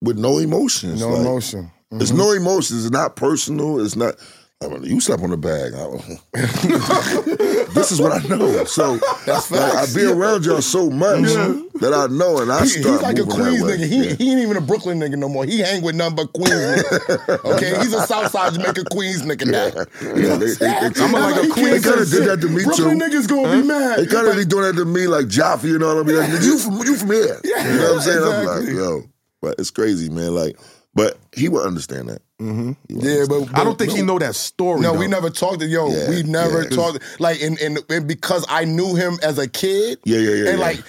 with no emotions.
no
Like,
emotion. Mm. mm-hmm.
There's no emotions. It's not personal. It's not I mean, you slept on the bag.
<laughs>
I- <laughs> this is what I know. So
That's
like, I
facts.
be around y'all so much that I know, and I
He-
start
he's like a
moving that
Queens
way.
nigga. He,
Yeah.
he ain't even a Brooklyn nigga no more. He hang with nothing but Queens niggas. Okay, he's a Southside Jamaica Queens nigga now.
Yeah, they, they, they,
I'm like a
He
Queens-
can't
they
say
kinda
shit.
did that to me
Brooklyn
too.
niggas gonna be mad.
They kind of be doing that to me, like Jaffe, you know what I mean? Like, you from you from here? you know what I'm saying? I'm like,
exactly.
yo, but it's crazy, man. Like, but he would understand that. He would
Mm-hmm. yeah,
understand.
but,
I don't think he know that story.
No,
though.
we never talked to yo.
Yeah,
we never
yeah.
talked like and, and and because I knew him as a kid.
Yeah, yeah, yeah,
And
yeah.
like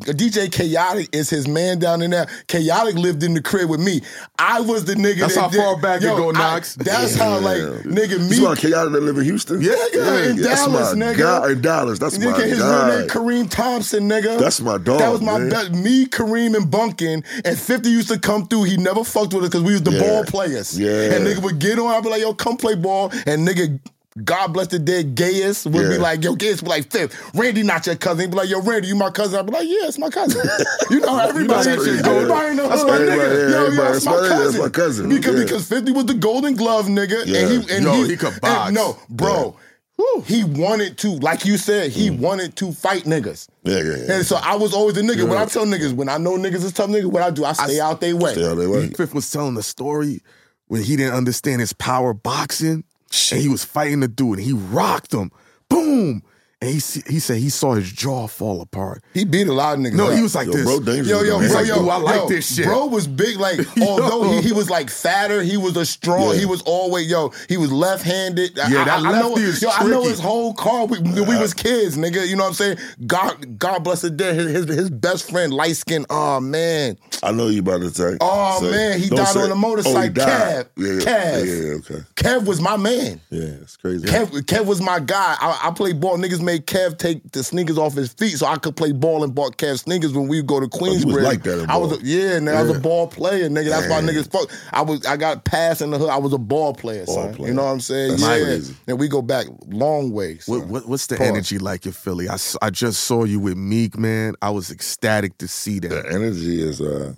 DJ Chaotic is his man down in there. Chaotic lived in the crib with me. I was the nigga.
That's
that
how
did-
far back it
yo,
go,
I-
Knox.
That's how like nigga
You want
me.
chaotic that live in Houston?
Yeah,
yeah, in
that's
Dallas,
my
nigga.
guy- in Dallas, that's my
Nigga, his
guy.
real name Kareem Thompson, nigga.
That's my dog,
That was my
man.
best. Me, Kareem, and Bunkin. And 50 used to come through. He never fucked with us because we was the
Yeah.
ball players.
Yeah.
And nigga would get on. I'd be like, yo, come play ball. And nigga, God bless the dead, Gaius would be
Yeah.
like, yo, Gaius be like, fifth. Randy, not your cousin. He'd be like, yo, Randy, you my cousin. I'd be like, yeah, it's my cousin.
<laughs>
you know, how everybody,
that shit go.
everybody in the
That's
hood,
my-
nigga.
everybody,
yo,
everybody,
yo,
that's
it's my
my-
cousin.
that's my cousin.
Because,
Yeah.
because 50 was the golden glove, nigga.
Yeah.
And he, and
Yo,
he,
he could
and
box.
no, bro. He wanted to, like you said, he
Mm.
wanted to fight niggas.
Yeah, yeah, yeah.
And so I was always a nigga. When I tell niggas, when I know niggas is tough niggas, what I do, I stay out they way.
Stay out of their way.
Fifth was telling the story when he didn't understand his power boxing, and he was fighting the dude, and he rocked him, boom, and he see- he said he saw his jaw fall apart.
He beat a lot of niggas.
No,
up.
he was like
Yo,
this.
bro, dangerous.
Yo, yo,
man.
He's
bro,
like,
yo,
"Ooh, I like
yo,
this shit."
Bro was big,
<laughs>
like although he, he was like fatter, he was a strong.
Yeah.
He was always yo. He was left handed.
Yeah, that
I, know,
lefty is
yo, I know
tricky.
his whole car. We, we was kids, nigga. You know what I'm saying? God, God bless the dead. His his, his best friend, light skin. Oh man,
I know you about to say.
Oh,
Say-
man, he
Don't
died
say-
on a motorcycle.
Oh, he died.
Cab.
Yeah, yeah,
Cab.
Yeah, yeah, okay.
Kev was my man.
Yeah, it's crazy.
Kev, Kev was my guy. I, I played ball. Niggas made Kev take the sneakers off his feet so I could play ball and bought Kev sneakers when we would go to Queensbridge.
Oh, was like that in
I was
ball.
a, yeah, nigga. I was
Yeah.
a ball player, nigga. That's why
Damn.
niggas fuck. I was I got passed in the hood. I was a ball player,
Ball
son.
player.
You know what I'm saying?
That's
yeah.
crazy.
And we go back long ways. son.
What, what what's the
Pause.
energy like in Philly? I, s- I just saw you with Meek, man. I was ecstatic to see that.
The energy is uh,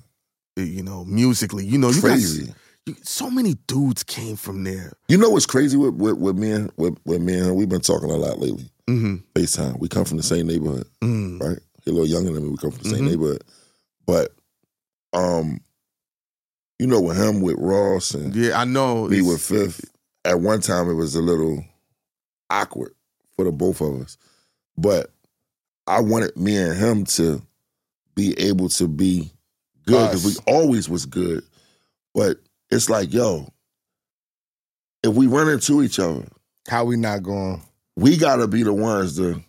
You know, musically, you
Oh,
know, you
crazy.
guys, you, so many dudes came from there.
You know what's crazy with with, with me and with, with me and her? We've been talking a lot lately.
hmm
FaceTime. We come from the same neighborhood,
Mm.
right? He a little younger than me. We come from the same
Mm-hmm.
Mhm.
neighborhood, but um, you know, with him, with Ross, and
Yeah, I know.
me
It's-
with Fifth, at one time it was a little awkward for the both of us, but I wanted me and him to be able to be good because we
Us.
always was good, but it's like, yo, if we run into each other.
How we not going?
we gotta be the ones to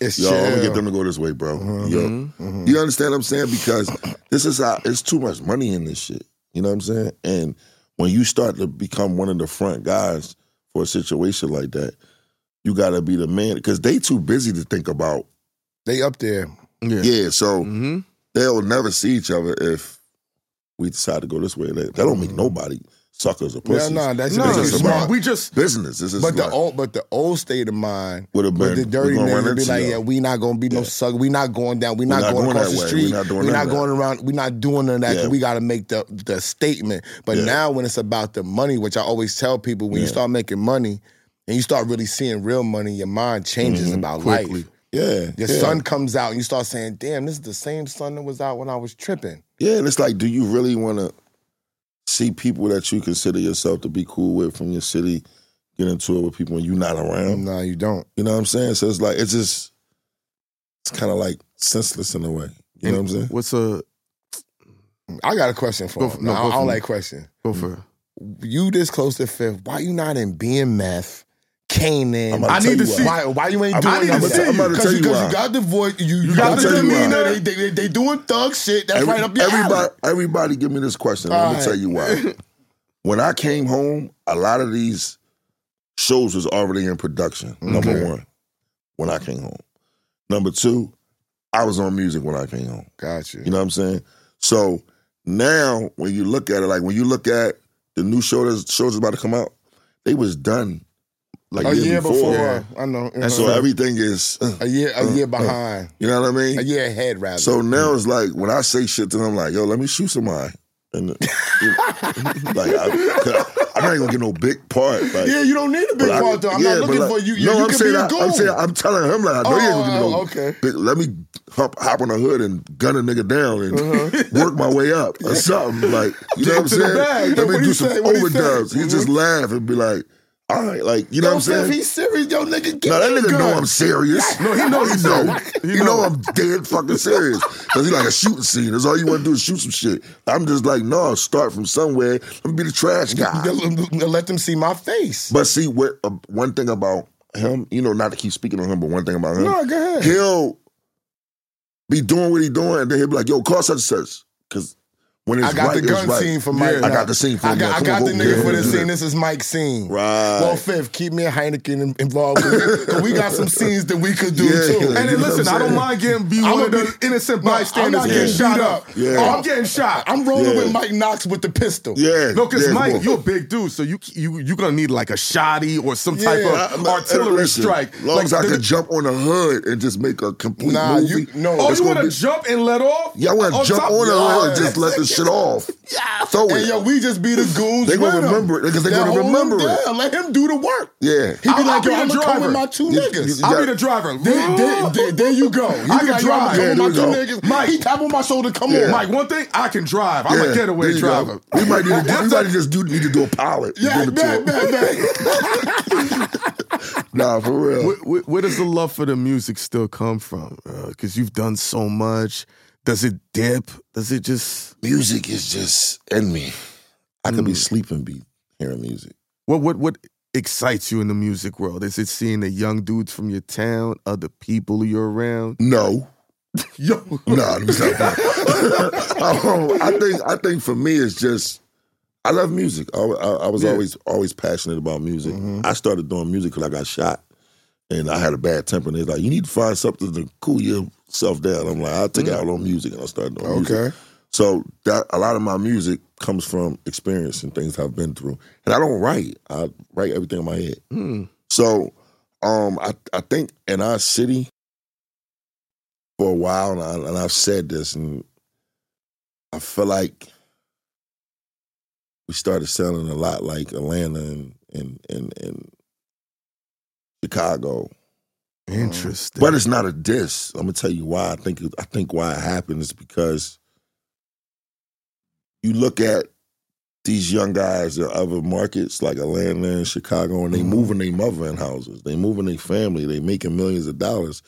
It's
yo, I'm gonna
chill.
get them to go this way, bro. Yo.
Mhm.
Mhm.
You understand what I'm saying? Because this is how it's too much money in this shit. You know what I'm saying? And when you start to become one of the front guys for a situation like that, you gotta be the man because they too busy to think about.
They up there.
Yeah.
Yeah, so
Mm-hmm.
hmm
they'll never see each other if we decide to go this way. That, that don't make nobody suckers or
Yeah,
pussies.
Mm-hmm. nah, that's
This
No,
is
just smart.
about
we just
business. This is
But the
like-
old but the old state of mind
Would have
But
been-
the dirty
we gonna run
niggas be
into
like,
y'all.
yeah, we not gonna be no
Yeah.
sucker. We not going down. We not,
not
going
going
across
that
the
way. We
street. We
not
not,
doing none of that.
going around. We not doing none of that. 'cause
Yeah.
We gotta make the the statement. But
Yeah.
now when it's about the money, which I always tell people, when you
Yeah.
start making money and you start really seeing real money, your mind changes about
quickly.
life.
yeah,
Your
Mm-hmm. yeah.
sun comes out and you start saying, damn, this is the same sun that was out when I was tripping.
Yeah, and it's like, do you really want to see people that you consider yourself to be cool with from your city get into it with people when you're not around?
No, you don't.
You know what I'm saying? So it's like, it's just, it's kind of like senseless in a way. You know what I'm saying?
What's a
I got a question for
Go
him.
for- no,
I-
go
I
for
don't
me.
like questions.
go for?
You this close to fifth. Why you not in BMF? Canaan.
I'm about to I tell need you to why. see-
Why, why you ain't
I'm-
doing
I need to
none of
see
that?
you. I'm about to
Because
tell
you,
you
'cause
why.
you got the voice. You, you
got
got
the
the
demeanor.
demeanor. They, they, they, they doing thug shit. That's right up your
everybody,
alley.
everybody give me this question. Let me
All
tell you
<laughs>
why. when I came home, a lot of these shows was already in production, number
Okay.
one, when I came home. Number two, I was on music when I came home.
Got you.
You know what I'm saying? So now when you look at it, like when you look at the new show that's shows about to come out, they was done like
a
year,
year
before.
before. I know.
So
Uh-huh.
everything is uh,
a year, a year behind.
you know what I
A
mean?
year ahead, rather.
So now it's like when I <laughs> say shit to them, like, yo, let me shoot somebody. And you know, like I, <laughs> 'cause I, I'm not even gonna get no big part. Like,
yeah, you don't need a big
but I-
part though. I'm
yeah,
not
but
looking
like-
for you.
no,
you
I'm
can
saying
be your
I,
goal.
am saying I'm telling him like I know you ain't gonna get no
Oh, okay.
big- let me hop, hop on a hood and gun a nigga down and <laughs> work my way up or something. Like you know what I'm
Uh-huh. to the
saying?
bag.
Let me
What'd
do
he
some
say? What'd he say? Mm-hmm.
overdubs. He just laugh and be like, all right, like you know what I'm
Yo, Sif,
saying?
he's serious, yo, nigga. Get
No, that
me the
nigga know
gun.
I'm serious. No, <laughs> he know he know. He know I'm dead fucking serious. Cause he like a shooting scene. That's all you want to do is shoot some shit. I'm just like, no, start from somewhere. Let me be the trash guy.
Let- Let them see my face.
But see, what uh, one thing about him, you know, not to keep speaking on him, but one thing about him,
No, go ahead.
he'll be doing what he doing, and then he'll be like, "Yo, call such and such," because when it's
I got
right,
the gun
it's right.
scene for Mike.
I got the scene for
I
him now.
got, I
Come
got
on,
the
go
nigga
get
for
it.
this scene. This is Mike's scene.
Right.
Well, fifth, keep me a Heineken in- involved. 'cause we- 'cause we got some scenes that we could do
Yeah,
too.
yeah.
And
And it-
You
then
know what
listen,
I'm
I don't
saying?
mind getting beat
I'm
one of
gonna
the innocent
No, I'm
bystanders
not
getting
getting
shot
beat
up.
up.
Yeah.
Oh, I'm getting shot.
I'm rolling
Yeah.
with Mike Knox with the pistol.
yeah,
No, because
yeah, come
Mike,
on.
you're a big dude, so you you you gonna need like a shoddy or some type
Yeah,
of
I'm-
artillery
listen,
strike.
Long
like,
as I
the-
could jump on a hood and just make a complete
Nah, you-
movie.
no.
oh,
it's
you
gonna
want to
be-
jump and let off?
Yeah, I want to jump
top-
on a hood and
Yeah.
just let the
<laughs>
shit off. yeah, throw
And
it.
yo, we just be the goons.
<laughs> They gonna
with him.
remember it, 'cause they
Now
gonna
hold him
remember it.
down. Let him do the work. He
yeah,
be
I'll- I'll
like, yo,
be
I'm
the
gonna come with
driver.
my two
You-
niggas.
you-
I'll
Yeah.
be the driver.
There, there, there, there you go.
I
You be
can
like, yo,
drive.
I'm going
Yeah, there
with
we
my two
go.
niggas.
Mike.
He tap on my shoulder. Come on,
Mike, one thing I can drive. I'm
yeah.
a
There
getaway
you
driver.
go. We might need
<laughs>
to do, we might just do, need to do a pilot. and
Yeah,
give it to
man,
him.
man,
<laughs>
man.
Nah, for real.
Where, where, where does the love for the music still come from? Because you've done so much. Does it dip? Does it just
music is just in me. I could be sleeping, be hearing music.
what what what excites you in the music world? Is it seeing the young dudes from your town, other people you're around?
No,
<laughs> Yo,
no, let me stop that.
<laughs>
Um, I think I think for me it's just I love music. I, I, I was
Yeah. Mm-hmm.
always always passionate about music. I started doing music because I got shot and I had a bad temper. And it's like you need to find something to cool yourself down. I'm like I took
Mm.
out on music and I started doing music.
Okay.
So that a lot of my music comes from experience and things I've been through. And I don't write. I write everything in my head.
Hmm,
So um I, I think in our city for a while and, I, and I've said this and I feel like we started selling a lot like Atlanta and and and, and Chicago.
interesting.
Uh, But it's not a diss. I'm gonna tell you why. I think I think why it happened is because you look at these young guys in other markets like Atlanta and Chicago,
Mm-hmm.
and they moving their mother in houses, they moving their family, they making millions of dollars.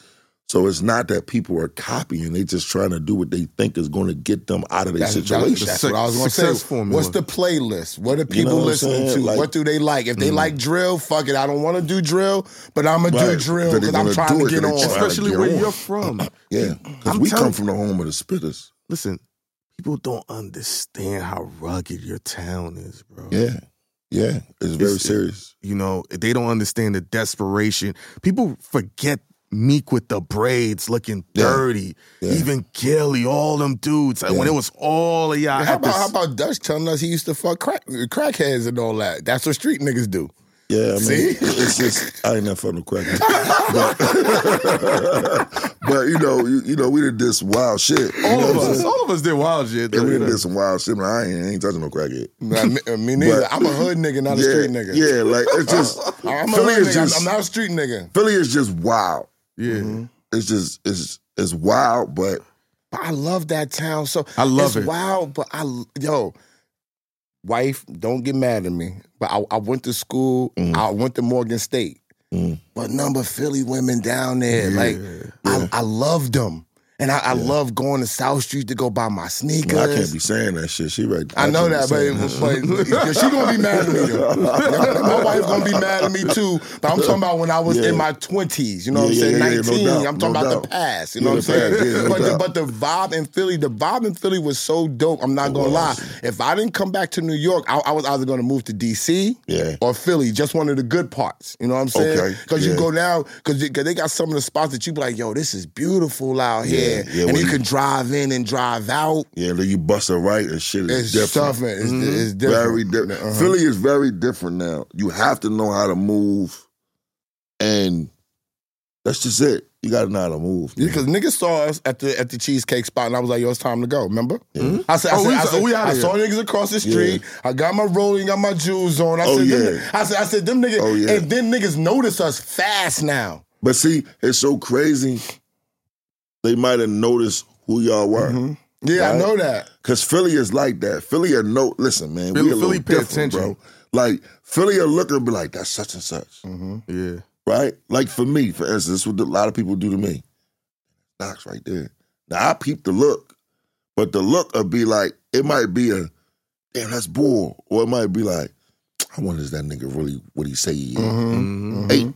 So it's not that people are copying; they just trying to do what they think is going to get them out of their
That's,
situation.
that's
Suc-
what I was going to
success
say.
formula.
What's the playlist? What are people
know what I'm
listening
saying?
to?
Like- mm.
what do they like? If they like drill, fuck it. I don't want to do drill, but I'm gonna
Right.
do drill
Then they
because I'm
gonna
trying
do
to
it,
get
then
on.
they try to
especially
get
where
on.
you're from.
yeah, because
I'm
we
telling-
come from the home of the spitters.
Listen, people don't understand how rugged your town is, bro.
Yeah, yeah, it's very
Mm-hmm. It's-
serious.
You know, they don't understand the desperation. People forget Meek with the braids looking
Yeah.
dirty.
Yeah.
Even Gilly, all them dudes. Like, When
Yeah.
it was all of y'all.
How
at the
about how
s-
about Dutch telling us he used to fuck crack crackheads and all that? That's what street niggas do.
Yeah, I mean,
See?
it's just I ain't that fucking crack. but, <laughs> but you know, you, you know, we did this wild shit. You know
all of
what I'm
us,
saying?
all of us did wild shit.
Yeah, we did
Like,
this some wild shit. Man, I ain't, I ain't touching no crackhead.
Nah, me, uh, me neither.
But-
I'm a hood nigga, not a
yeah,
street nigga.
yeah, like it's just
<laughs> I'm a
Philly
hood
is
nigga. I'm-
just
I'm not a street nigga.
Philly is just wild.
yeah.
It's just it's it's wild, but
But I love that town. So
I love
it's
it.
Wow, but I yo, wife, don't get mad at me. But I, I went to school. I went to Morgan State. But number Philly women down there, like I, I loved them, and I, I love going to South Street to go buy my sneakers.
man, I can't be saying that shit. She right.
I know that, but, but yeah, she gonna be mad at me.
<laughs>
Though. <laughs> My wife's gonna be mad at me too. But I'm talking about when I was
Yeah.
in my twenties. You know what I'm
Yeah,
saying?
yeah, yeah, no
Nineteen.
doubt,
I'm talking
no
about the
doubt.
past. You
Yeah,
know what I'm
the past,
saying?
yeah, no
but, the,
doubt.
but the vibe in Philly, the vibe in Philly was so dope. I'm
Oh,
not gonna lie. If I didn't come back to New York, I, I was either gonna move to DC
Yeah.
or Philly. Just one of the good parts. You know what I'm saying?
Okay,
Because
yeah.
you go down, because they got some of the spots that you be like, yo, this is beautiful out here,
yeah,
and
well,
you
you-
can drive in and drive out.
Yeah, then you bust a right and shit
It's
is different. Mm-hmm.
different. It's, it's different. Uh-huh.
Very different.
uh-huh.
Philly is very different now. You have to know how to move, and that's just it. You got to know how to move. man.
Because niggas saw us at the at the cheesecake spot, and I was like, "Yo, it's time to go." Remember?
Mhm.
I said, I,
Oh,
said,
we-
I, said,
oh, we outta
I
here.
saw niggas across the street. I got my rolling, got my jewels on. I
Oh,
said, them,
yeah.
ni- I said, I said, them niggas,
Oh, yeah.
and then niggas notice us fast now.
But see, it's so crazy. They might have noticed who y'all were.
Mm-hmm.
Yeah, I
Right.
know that.
Cause Philly is like that. Philly a no. Listen, man,
Philly-
we a little
Philly pay
different,
attention.
bro. Like Philly a look and be like, that's such and such,
Yeah.
right? Like for me, for instance, this is what a lot of people do to me. Knox right there. Now I peep the look, but the look would be like it might be a damn that's bull, or it might be like I wonder is that nigga really what he say he is?
Mhm.
Hey,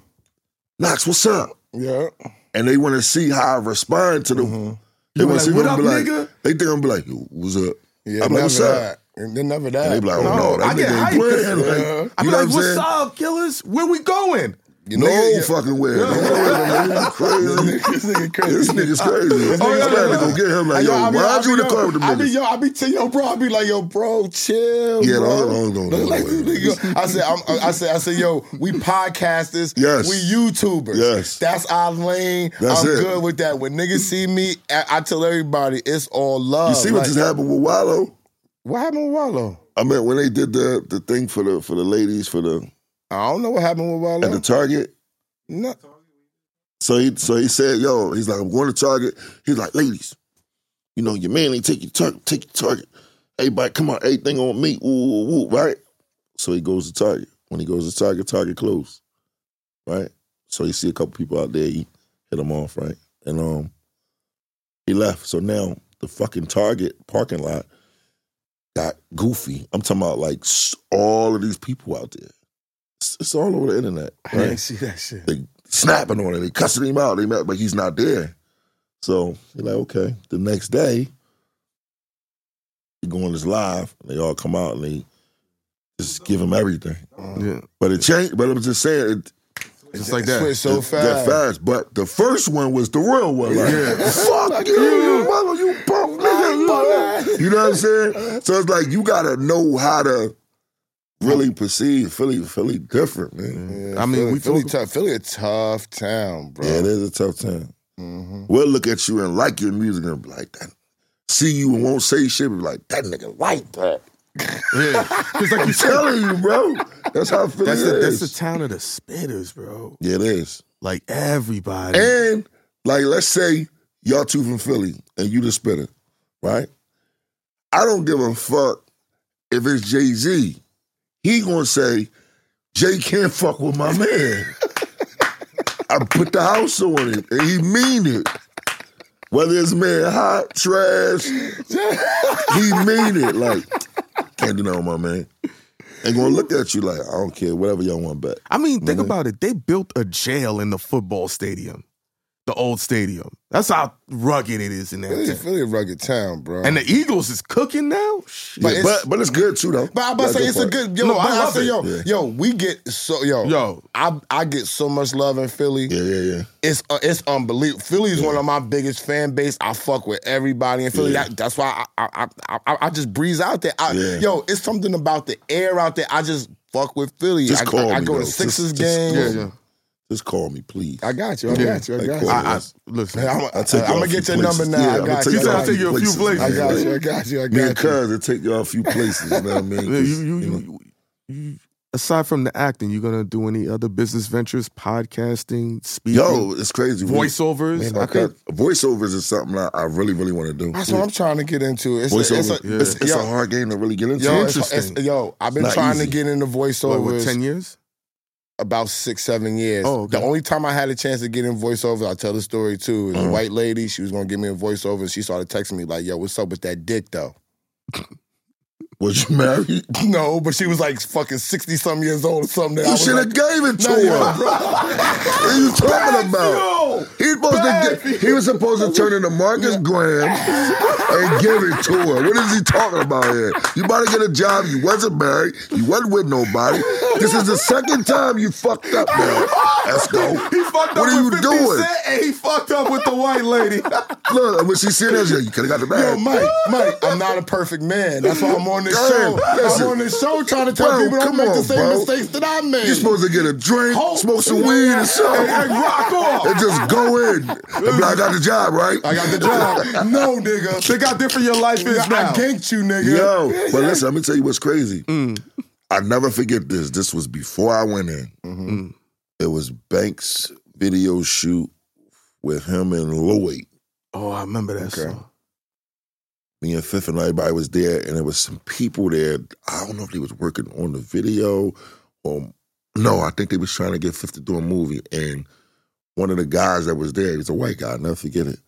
Knox, what's up?
Yeah.
And they want to see how I respond to them. They
Mm-hmm. You
want
like,
to see
what
what
up,
I'm be like.
nigga?
They think I'm be like, "Yo, what's up?
Yeah,
I'm like,
never
what's up?
that. And then never that.
And they be like, oh
No,
no, that
I get
nigga
hyped.
ain't playing. Like,
Yeah.
you
I be
know
like,
what I'm
what's
saying?
up, killers? Where we going?
You
No
nigga, yeah.
fucking
<laughs>
way. Don't worry, man.
This nigga
Crazy. This
crazy.
nigga's crazy. I'm
Oh, yeah,
trying to
yeah.
go get him. Like,
Yo,
yo,
I be- I
why'd
be-
you in the
yo,
car with them
I be
niggas?
yo, I be tell yo, bro, I be like, yo, bro, chill.
Yeah,
bro.
no, no, no, no,
Like,
no, no.
this nigga- I said, I'm, I said, I said, yo, we podcasters,
Yes.
we YouTubers,
Yes.
that's our lane.
That's
I'm
it.
good with that. When niggas see me, I, I tell everybody it's all love.
You see what
Like,
just happened with Wallow?
What happened with Wallow?
I mean, when they did the the thing for the for the ladies for the
I don't know what happened with Wallow.
at the Target.
No.
So he so he said, yo, he's like, I'm going to Target. He's like, ladies, you know, your man ain't take your target, take your target. Everybody, come on, everything on me, woo, woo, woo, right? So he goes to Target. When he goes to Target, Target closed. Right? So he see a couple people out there, he hit them off, right? And um he left. So now the fucking Target parking lot got goofy. I'm talking about like s- all of these people out there. It's, it's all over the internet.
I
Right?
didn't see that shit.
they snapping on him, they cussing him out, they met, but he's not there. So he's like, okay. The next day, he go on this live, and they all come out and they just give him everything.
Yeah.
But it changed. But I'm just saying, it,
Just like that.
Switch so
it-
fast.
that fast. But the first one was the real one. Like,
Yeah.
<laughs> fuck you, you mother, you punk nigga, mother. You know what I'm saying? So it's like you gotta know how to really perceive Philly. Philly different, man.
Yeah,
I mean,
Philly,
we
Philly
talk-
tough. Philly a tough town, bro.
Yeah, it is a tough time.
Mm-hmm.
Mhm.
we'll look at you and like your music and be like that. See you and won't say shit. Be like that nigga like that.
Yeah. 'Cause like you
I'm
said,
telling you,
<laughs>
bro. That's how I feel.
that's
it
the, that's the
is.
town of the spitters, bro.
yeah, it is.
Like everybody.
And like, let's say y'all two from Philly and you the spitter, right? I don't give a fuck if it's Jay Z. He gonna say Jay can't fuck with my man. I put the house on it, and he mean it. Whether it's man hot trash, he mean it. Like can't do nothing with my man. And gonna look at you like I don't care, whatever y'all want back.
I mean, think about it. They built a jail in the football stadium, the old stadium. That's how rugged it is in that.
Philly,
town.
Philly a rugged town, bro.
And the Eagles is cooking now. Shit.
But
Yeah,
it's-
but but it's good too though.
But I'm about to
That's
say it's a
part.
good yo.
No, I
but I,
love
say
it.
yo,
Yeah.
yo, we get so yo,
Yo.
I I get so much love in Philly.
Yeah, yeah, yeah.
It's uh, it's unbelievable. Philly's one of my biggest fan base. I fuck with everybody in Philly.
Yeah.
I- that's why I I, I I I just breeze out there. I,
Yeah.
Yo, it's something about the air out there. I just fuck with Philly.
Just
I,
call
I, I
me,
go to
though.
Sixers
Just- just
games.
call me. Just call me, please.
I got you. I
Yeah.
got you. I
Like,
got you.
call
I,
I, listen.
am
I'll take y'all
gonna
a few
get your
places.
number now.
Yeah,
I
I'll
got
take
you.
y'all
I'll take you a few places.
I got
Yeah.
you. I got you. I
Me and
got you.
Cuz will take y'all a few places. You know what I mean?
Yeah,
'Cause,
you, you,
you know,
you, you- aside from the acting, you gonna do any other business ventures, podcasting, speaking,
yo, it's crazy. We-
voiceovers?
Man,
I
I
think
got- voiceovers is something I, I really, really want to do.
That's what I'm trying to get into. It's a, it's
voiceover. It's,
a,
yeah.
it's,
yo,
a hard game to really get into.
Yo, it's,
Interesting.
it's- yo, I've been
Not
trying
easy.
to get into
what, what,
voiceovers
ten years?
about six, seven years.
Oh, okay.
The only time I had a chance to get in voiceovers, I tell the story too. Is a
Uh-huh.
white lady, she was gonna give me a voiceover, and she started texting me like, "Yo, what's up with that dick though?" <laughs>
was you married? You
No, but she was like fucking sixty some years old or something. I was
should have <laughs>
like,
gave it to
"Nah,
him.
yeah, bro."
What are you talking about? He was supposed to get, he was supposed to turn into Marcus Graham and give it to her. What is he talking about here? You about to get a job. You wasn't married. You wasn't with nobody. This is the second time you fucked up now. Let's go.
He fucked up
What are
with 50
you doing?
Cent and he fucked up with the white lady.
<laughs> Look, when she said that, she said, you could have got the
Yo,
bag.
Mike, Mike, I'm not a perfect man. That's why I'm on this
Damn,
show.
listen.
I'm on this show trying to tell
Bro,
people don't
come
make the
on,
same
bro.
mistakes that I made.
You're supposed to get a drink,
Hulk.
smoke some weed, and show.
<laughs>
Hey, hey, rock on.
And just go in. And be like, I got the job, right?
I got the
<laughs>
job. no, nigga.
Think how different your life is now.
I ganked you, nigga.
Yo, but listen, let me tell you what's crazy. I never forget this. This was before I went in.
Mm-hmm.
It was Banks video shoot with him and Lloyd.
Oh, I remember that
Okay.
song.
Me and Fifth and everybody was there, and there was some people there. I don't know if they was working on the video or no, I think they was trying to get Fifth to do a movie. And one of the guys that was there, he was a white guy, I'll never forget it.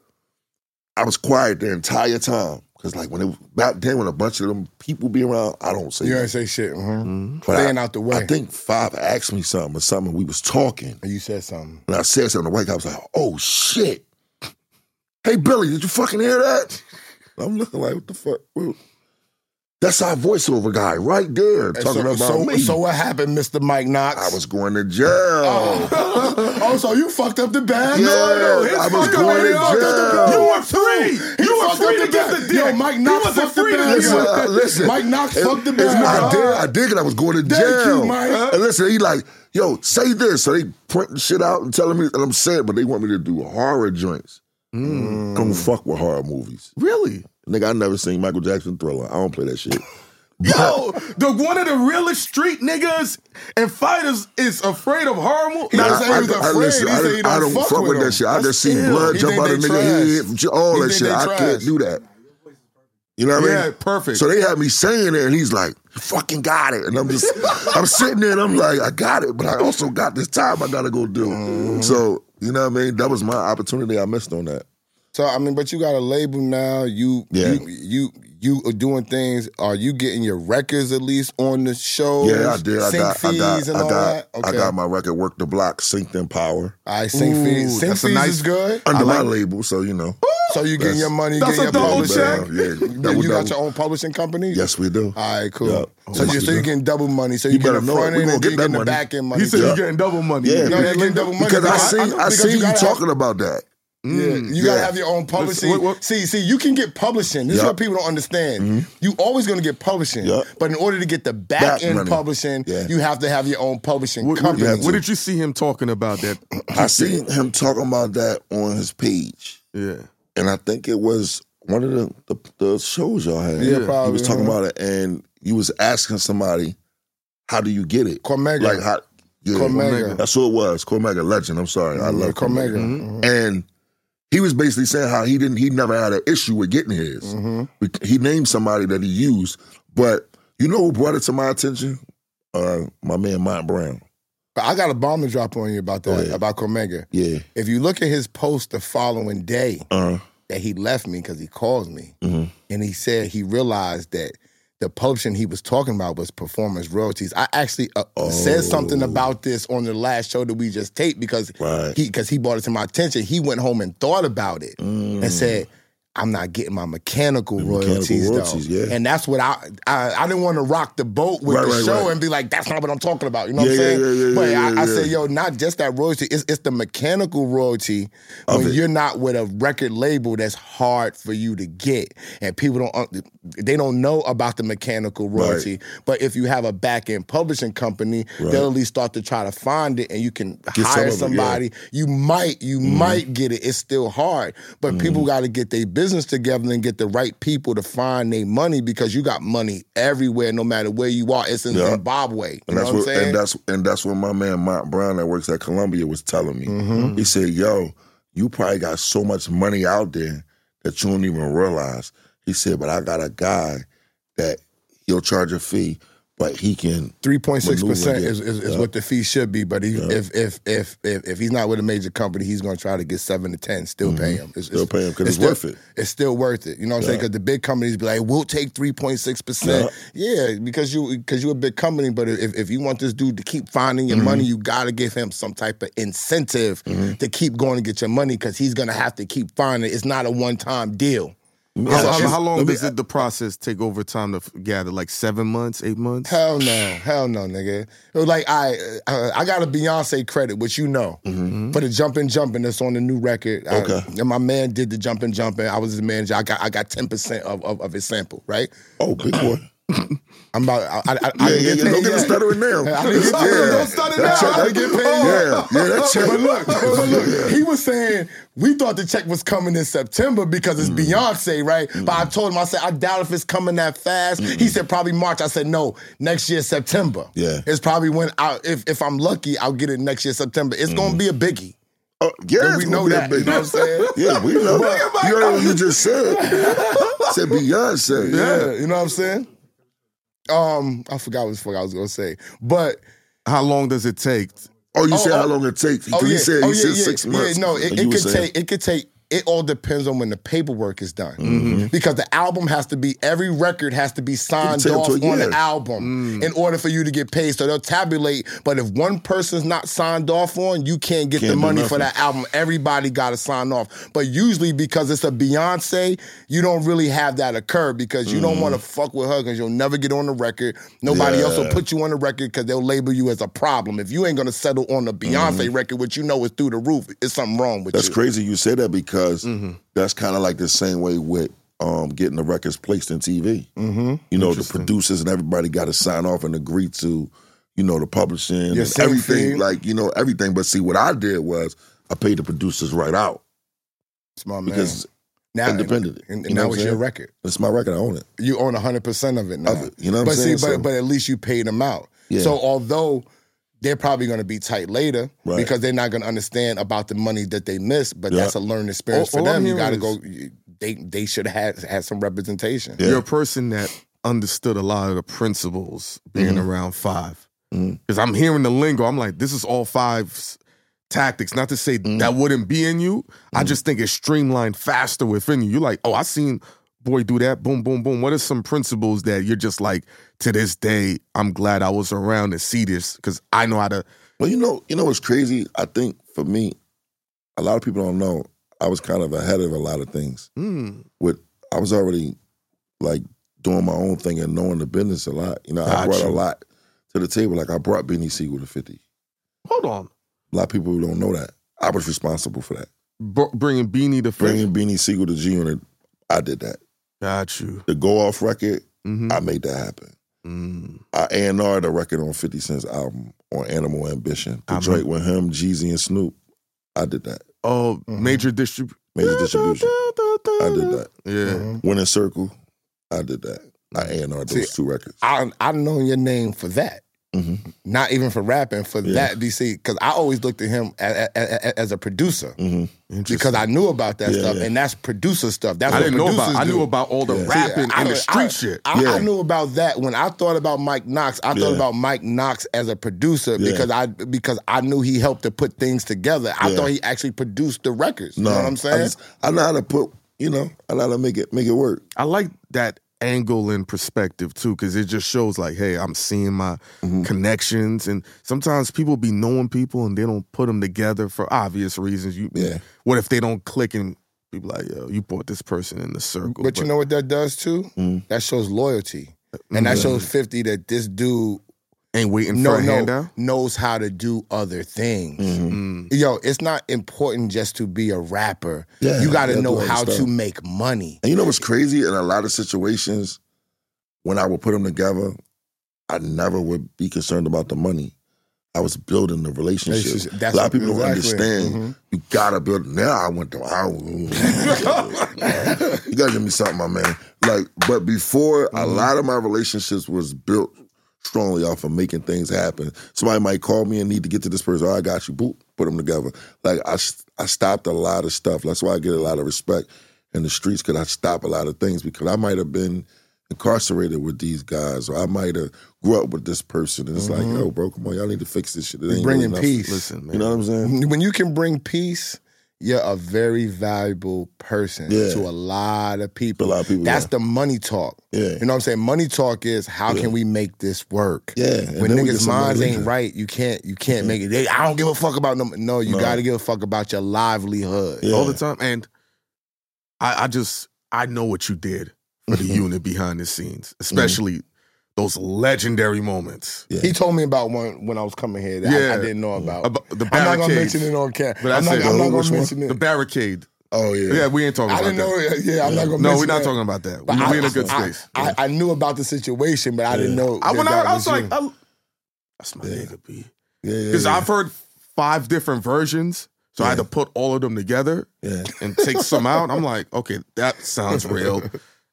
I was quiet the entire time. Cause like when it back then when a bunch of them people be around, I don't say
You
nothing.
ain't say shit. Mm-hmm.
But I-
Staying out the way.
I think Five asked me something or something. We was talking,
you said something.
and I said something. The white guy was like, "Oh shit! Hey Billy, did you fucking hear that?" <laughs> And I'm looking like, "What the fuck?" Well, That's our voiceover guy right there
And
talking
so,
about
so,
me.
so what happened, Mr. Mike Knox?
I <laughs> was going to jail.
oh, so you fucked up the bag?
Yeah,
Oh,
no, no,
I
his
was
fucked up
going
the
to
bag.
jail.
You were free. You were free to get the deal. Yo, Mike Knox
wasn't
fucked the
free to
bag.
Listen,
up. <laughs>
uh, listen.
Mike Knox
It-
fucked the
it's-
bag.
I
up.
did. I did, and I was going to
Thank you,
jail.
Mike.
And listen, he like, yo, say this. So they printing shit out and telling me, and I'm saying, but they want me to do horror joints.
Mm.
Come fuck with horror movies.
Really?
Nigga, I never seen Michael Jackson Thriller. I don't play that shit.
Yo, the one of the realest street niggas and fighters is afraid of horror movies.
<laughs> Nah,
I,
just say he was afraid.
listen,
He
I
said
don't-
he don't
I don't
fuck
fuck
with
with
them.
that shit. I just seen
still-
blood
He
jump
think
out of
they
nigga
trash.
head, j- all
He
that
think
shit.
they
I
trash.
can't do that. You know what I mean?
yeah, perfect.
So they had me saying it, and he's like, "You fucking got it," and I'm
<laughs>
just, I'm sitting there, and I'm like, "I got it," but I also got this time I gotta go do.
Mm-hmm.
So you know what I mean? That was my opportunity. I missed on that.
So I mean, but you got a label now. You
Yeah.
you you you are doing things. Are you getting your records at least on the show?
yeah, I did. I
Sync
got, I
fees
got,
and
I
all
got,
that. Okay.
I got my record, work the block, synced in power
I sync
Ooh,
fees. Sync
that's a
fees
nice-
is good.
under my label. So you know,
So you getting
That's-
your money, you
that's
getting your
a double
publishing.
check.
Yeah, yeah. Double,
you got
double.
your own publishing company.
yes, we do.
All right, cool.
Yeah.
So, you, so you're getting double money. So you, get
better
the
know it.
front
We
end
gonna
and
get
you
that
getting the
money.
back end money.
he said
too.
you're getting double money.
Yeah,
No,
man.
you're getting double money.
because I
because
see, I,
because
see you,
gotta have-
talking about that.
Yeah, you gotta
mm, yeah.
have your own publishing.
what- what-
See, see, you can get publishing. This is
Yup. Mm-hmm.
what people don't understand. You always gonna get publishing,
Yup.
but in order to get the back,
Back
end
money.
publishing,
Yeah.
you have to have your own publishing
What, what-
company.
have to.
what did you see him talking about that?
I seen him talking about that on his page.
Yeah.
and I think it was one of the the, the shows y'all had.
Yeah,
He
probably,
was talking
huh?
about it, and you was asking somebody, "How do you get it?"
Cormega,
Like how? Yeah,
Cormega.
That's who it was. Cormega legend. I'm sorry, I love Cormega.
Cormega. Mm-hmm.
And he was basically saying how he didn't. He never had an issue with getting his.
Mm-hmm.
Bec- He named somebody that he used, but you know who brought it to my attention? Uh, my man, Mont Brown.
But I got a bomb to drop on you about that
ahead.
about Cormega.
Yeah.
If you look at his post the following day
Uh.
that he left me because he called me
mhm.
and he said he realized that the publishing he was talking about was performance royalties. I actually uh, said something about this on the last show that we just taped because
Oh. Right.
he because he brought it to my attention. He went home and thought about it and said, "I'm not getting my mechanical
Mm. mechanical
royalties,
royalties,
though."
yeah.
And that's what I I, I didn't want to rock the boat with
Right,
the
right,
show
right.
and be like, "That's not what I'm talking about." You know
Yeah,
what I'm
yeah,
saying?
yeah, yeah,
but
yeah,
I,
yeah,
I said,
yeah.
"Yo, not just that royalty. It's it's the mechanical royalty when
it.
you're not with a record label that's hard for you to get, and people don't un- they don't know about the mechanical royalty. But if you have a back end publishing company, they'll at least start to try to find it, and you can
Get some
hire
of it, yeah. Mm-hmm.
somebody. You might you might get it. It's still hard, but people got to get their business together and get the right people to find their money because you got money everywhere, no matter where you are. It's in
Yeah.
Zimbabwe. You
And
know
that's
what I'm
what,
saying?
and that's and that's what my man Mont Brown that works at Columbia was telling me.
Mm-hmm.
He said, "Yo, you probably got so much money out there that you don't even realize." He said, "But I got a guy that he'll charge a fee, but he can."
Three point six
Maneuver,
percent
yeah.
is, is, is what the fee should be, but he, if, if if if if he's not with a major company, he's going to try to get seven to ten. Still pay him. It's,
Mm-hmm. Still pay him 'cause it's
still-
worth it.
It's still worth it. You know what I'm saying? Because the big companies be like, we'll take three point six percent. Yeah, because you because you're a big company, but if, if you want this dude to keep finding your
Mm-hmm.
money, you got to give him some type of incentive to keep going to get your money because he's going to have to keep finding. it. It's not a one time deal.
How, how-
Yeah,
how long
let me-
does it, the process take over time to f- gather? Like seven months, eight months?
Hell no, hell no, nigga. It was like I, uh, I got a Beyonce credit, which you know, for the jumpin' jumpin' that's on the new record. I-
Mm-hmm. Okay.
and my man did the jumpin' jumpin'. I was the manager. I got, I got ten percent of, of of his sample. Right.
Oh, big boy.
I'm about. I, I, <clears throat> I, didn't
Yeah, yeah,
get
yeah.
paid
Don't get
yet.
it stuttering now.
<laughs> I didn't get paid.
Yeah.
Don't stutter now.
That check-
I didn't get paid
Yeah, yeah, that check.
But look, but look, he was saying we thought the check was coming in September because it's
Mm-hmm.
Beyonce, right? But I told him, I said, I doubt if it's coming that fast. He said probably March. I said, no, next year September.
Mm-hmm. Yeah.
it's probably when I, if if I'm lucky, I'll get it next year September. It's gonna be a biggie.
Oh, yeah,
we
it's
know
gonna be a
that.
big-
You know what I'm
<laughs>
saying?
Yeah, we
<laughs>
know. that. You heard what you just said. said Beyonce.
Yeah, you know what I'm saying. Um, I forgot what the fuck I was gonna say, but
How long does it take?
Oh, you said
oh.
how long it takes? He said he said six months.
Yeah, no, it,
And
it
you were
could
saying-
take it could take it all depends on when the paperwork is done.
Mm-hmm.
Because the album has to be every record has to be signed
take up
off
to a
on the
year. Mm.
album in order for you to get paid. So they'll tabulate, but if one person's not signed off on, you can't get
Can't
the
do
money for
nothing.
that album. Everybody gotta sign off. But usually because it's a Beyonce, you don't really have that occur because you
Mm-hmm.
don't want to fuck with her because you'll never get on the record. Nobody else will
Yeah.
put put you on the record because they'll label you as a problem. If you ain't gonna settle on the Beyonce record, which you know is through the roof, it's something wrong with
Mm-hmm. That's
you.
crazy you said that because
Mm.
that's kind of like the same way with um, getting the records placed in TV. Mm-hmm. You know, the producers and everybody got to sign off and agree to, you know, the publishing
Your
and
sync
everything,
fee.
like, you know, everything. But see, what I did was I paid the producers right out
That's my man.
because
now,
independent,
and, and
you know
now
what
it's
I'm
your
saying?
record.
it's my record. I own it.
You own hundred percent of it now.
Of it, you know what
but
I'm saying?
see, but
So-
but at least you paid them out.
Yeah.
So although they're probably gonna be tight later
Right.
because they're not gonna understand about the money that they missed, but
Yeah.
that's a learning experience
All-
for
all I'm
them. You gotta
hearing
go. you- They they should have had some representation.
Yeah.
You're a person that understood a lot of the principles being
Mm-hmm.
around five.
Mhm.
Because I'm hearing the lingo, I'm like, this is all five's tactics. Not to say
Mm.
that wouldn't be in you.
Mm-hmm.
I just think it's streamlined faster within you. You're like, oh, I seen boy do that. Boom, boom, boom. What are some principles that you're just like to this day? I'm glad I was around to see this because I know how to.
Well, you know, you know what's crazy? I think for me, a lot of people don't know I was kind of ahead of a lot of things.
Mm,
with I was already like doing my own thing and knowing the business a lot. You know, I
Got
brought
you.
a lot to the table. Like I brought Benny Siegel to fifty.
hold on,
A lot of people who don't know that I was responsible for that.
Br- bringing Beanie to fifth.
Bringing Benny Siegel to G Unit, I did that.
Got you.
The go off record,
Mhm.
I made that happen.
Mm.
I A and R the record on Fifty Cent's album on Animal Ambition. The
I'm-
joint with him, Jeezy, and Snoop. I did that.
Oh,
Mm-hmm.
major distribution.
Major distribution. I did that.
Yeah.
Uh-huh.
Winning Circle, I did that. I A and R those two records. Mm-hmm,
I I know your name for that. Not even for rapping, for that DC, because I always looked at him as, as, a producer
mm-hmm.
because I knew about that
Yeah,
stuff,
yeah.
and that's producer stuff. That's
I
what
didn't know about.
producers
I
do.
knew about all the rapping
Yeah, I
and the
don't-
street
I-
shit.
I,
Yeah.
I knew about that when I thought about Mike Knox. I thought
Yeah.
about Mike Knox as a producer because I because I knew he helped to put things together. I
Yeah.
thought he actually produced the records. you know what I'm
I,
saying?
just- I know how to put, you know, I know how to make it make it work.
I like that angle and perspective too, because it just shows like, hey, I'm seeing my
Mm-hmm.
connections, and sometimes people be knowing people and they don't put them together for obvious reasons. You,
Yeah.
what if they don't click and people like, yo, you brought this person in the circle,
But you know what that does too? That shows loyalty. And that shows 50 that this dude
ain't waiting
no, Mm.
for a handout. Mm.
no, knows how to do other things.
Mm-hmm.
Yo, it's not important just to be a rapper.
Yeah,
you got to
you gotta
know
do other
how
stuff.
to make money.
And you know what's crazy? In a lot of situations, when I would put them together, I never would be concerned about the money. I was building the
That's
relationship.
just- that's
a lot of people don't
exactly. Mm-hmm.
understand. You gotta build. Now I went to. I, you gotta give me something, my man. Like, but before, a
Mm-hmm.
lot of my relationships was built strongly off of making things happen. Somebody might call me and need to get to this person. Oh, I got you. Boop, put them together. Like I, s- I stopped a lot of stuff. That's why I get a lot of respect in the streets because I stop a lot of things because I might have been incarcerated with these guys or I might have grew up with this person and it's like, yo, bro, come on, y'all need to fix this shit. It ain't
Mm-hmm. Bringing
really nothing.
peace.
Listen, man.
You know what I'm
<laughs>
saying?
When you can bring peace, you're a very valuable person
Yeah.
to a lot of people.
A lot of people,
That's
yeah.
the money talk.
Yeah.
You know what I'm saying? Money talk is how can we make this work?
Yeah, and
When
then we get
niggas'
some
minds
religion.
ain't right, you can't you can't make it. They, I don't give a fuck about them. No, you gotta give a fuck about your livelihood.
Yeah.
all the time. And I, I just I know what you did for
<laughs>
the
Mhm.
unit behind the scenes,
Mm-hmm.
especially those legendary moments.
Yeah.
He told me about one when I was coming here that I- I,
Yeah.
didn't know about.
About the
I'm not gonna
barricades.
mention it on camera.
But I
I'm not,
said,
I'm
oh,
not gonna
which one?
mention
The
it.
barricade.
Oh yeah.
Yeah, we ain't talking
I
about
didn't know.
that.
Yeah, I'm not gonna.
No,
mention
we're not
that.
talking about that.
But
We-
I-
We're in a good
I-
space.
I, I, knew about the situation, but I didn't
Yeah.
know.
I,
that
when I,
that
heard- I was like,
you.
I, that's my
Yeah.
nigga, B.
Yeah, yeah,
Because
yeah.
I've heard five different versions, so I had to
Yeah.
put all of them together
yeah,
and take some out.
<laughs>
I'm like, okay, that sounds real.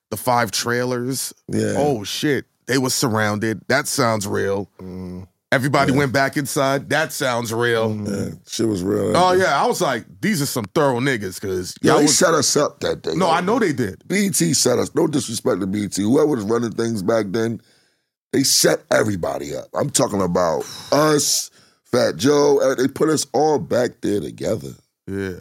The five trailers.
yeah.
Oh shit, they were surrounded. That sounds real.
Mm.
Everybody
Yeah. Mm.
went back inside. That sounds real.
yeah. shit was real.
Oh yeah, I was like, these are some thorough niggas. Because
Yo,
y'all
they
was,
set us up that day.
no, I know they did.
BT set us. No disrespect to BT. Whoever was running things back then, they set everybody up. I'm talking about us, Fat Joe. uh, They put us all back there together.
Yeah,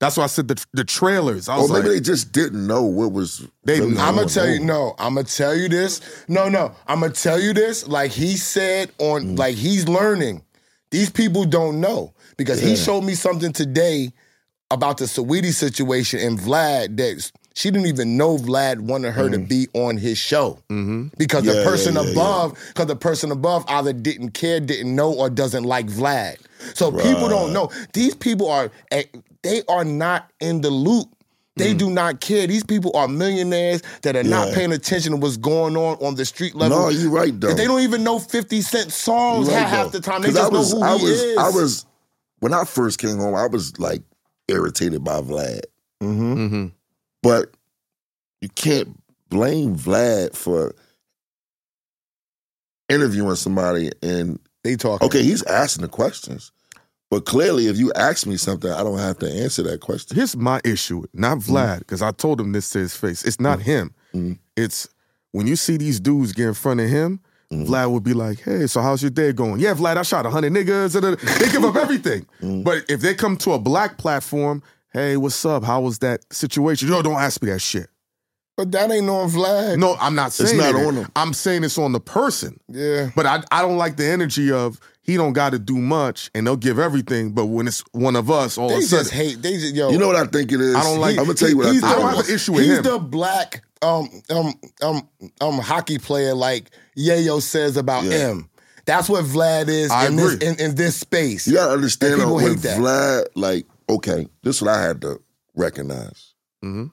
that's why I said the the trailers. I
Or
was
maybe
like,
they just didn't know what was.
They-
really
I'm gonna
going
tell you
on.
no. I'm gonna tell you this. No, no. I'm gonna tell you this. Like he said
Mm.
on, like he's learning. These people don't know because he
Yeah.
showed me something today about the Saweetie situation and Vlad that she didn't even know Vlad wanted her to be on his show
Mhm.
because the
Mm. Mm-hmm. Yeah,
person
yeah, yeah,
above, because the person above either didn't care, didn't know, or doesn't like Vlad. So people don't know. These people are eh, they are not in the loop. They do not care. These people are millionaires that are not
Mm. Yeah.
paying attention to what's going on on the street level.
No, you're right though.
they don't even know 50 Cent songs
You're
ha-
right,
half
though.
the time. They
'Cause
just
I was,
know who
I
he
was,
is.
I was when I first came home. I was like irritated by Vlad,
mm-hmm.
mm-hmm.
but you can't blame Vlad for interviewing somebody and
They talking.
okay, he's asking the questions, but clearly, if you ask me something, I don't have to answer that question.
here's my issue, not
Mm-hmm.
Vlad, because I told him this to his face. It's not him.
Mhm.
It's when you see these dudes get in front of him,
Mhm.
Vlad would be like, "Hey, so how's your day going?" Yeah, Vlad, I shot hundred niggas. da, da, da." <laughs> They give up everything.
Mm-hmm.
But if they come to a black platform, hey, what's up? How was that situation? Yo, don't ask me that shit.
But that ain't on Vlad.
No, I'm not saying
not
it.
on him.
I'm saying it's on the person.
Yeah.
But I, I don't like the energy of he don't got to do much and they'll give everything. But when it's one of us, all
They
of a sudden,
just hate. They just yo.
You know what I think it is?
I don't like-
I'm gonna tell you what I
He's
think.
I don't
it
have
was.
an issue with
he's
him.
the black um um um um hockey player like Yayo says about
Yeah.
M. That's what Vlad is
I
in
agree.
this in, in this space.
You gotta understand
And
though,
people
when
hate that.
Vlad, like, okay, this is what I had to recognize.
Mhm.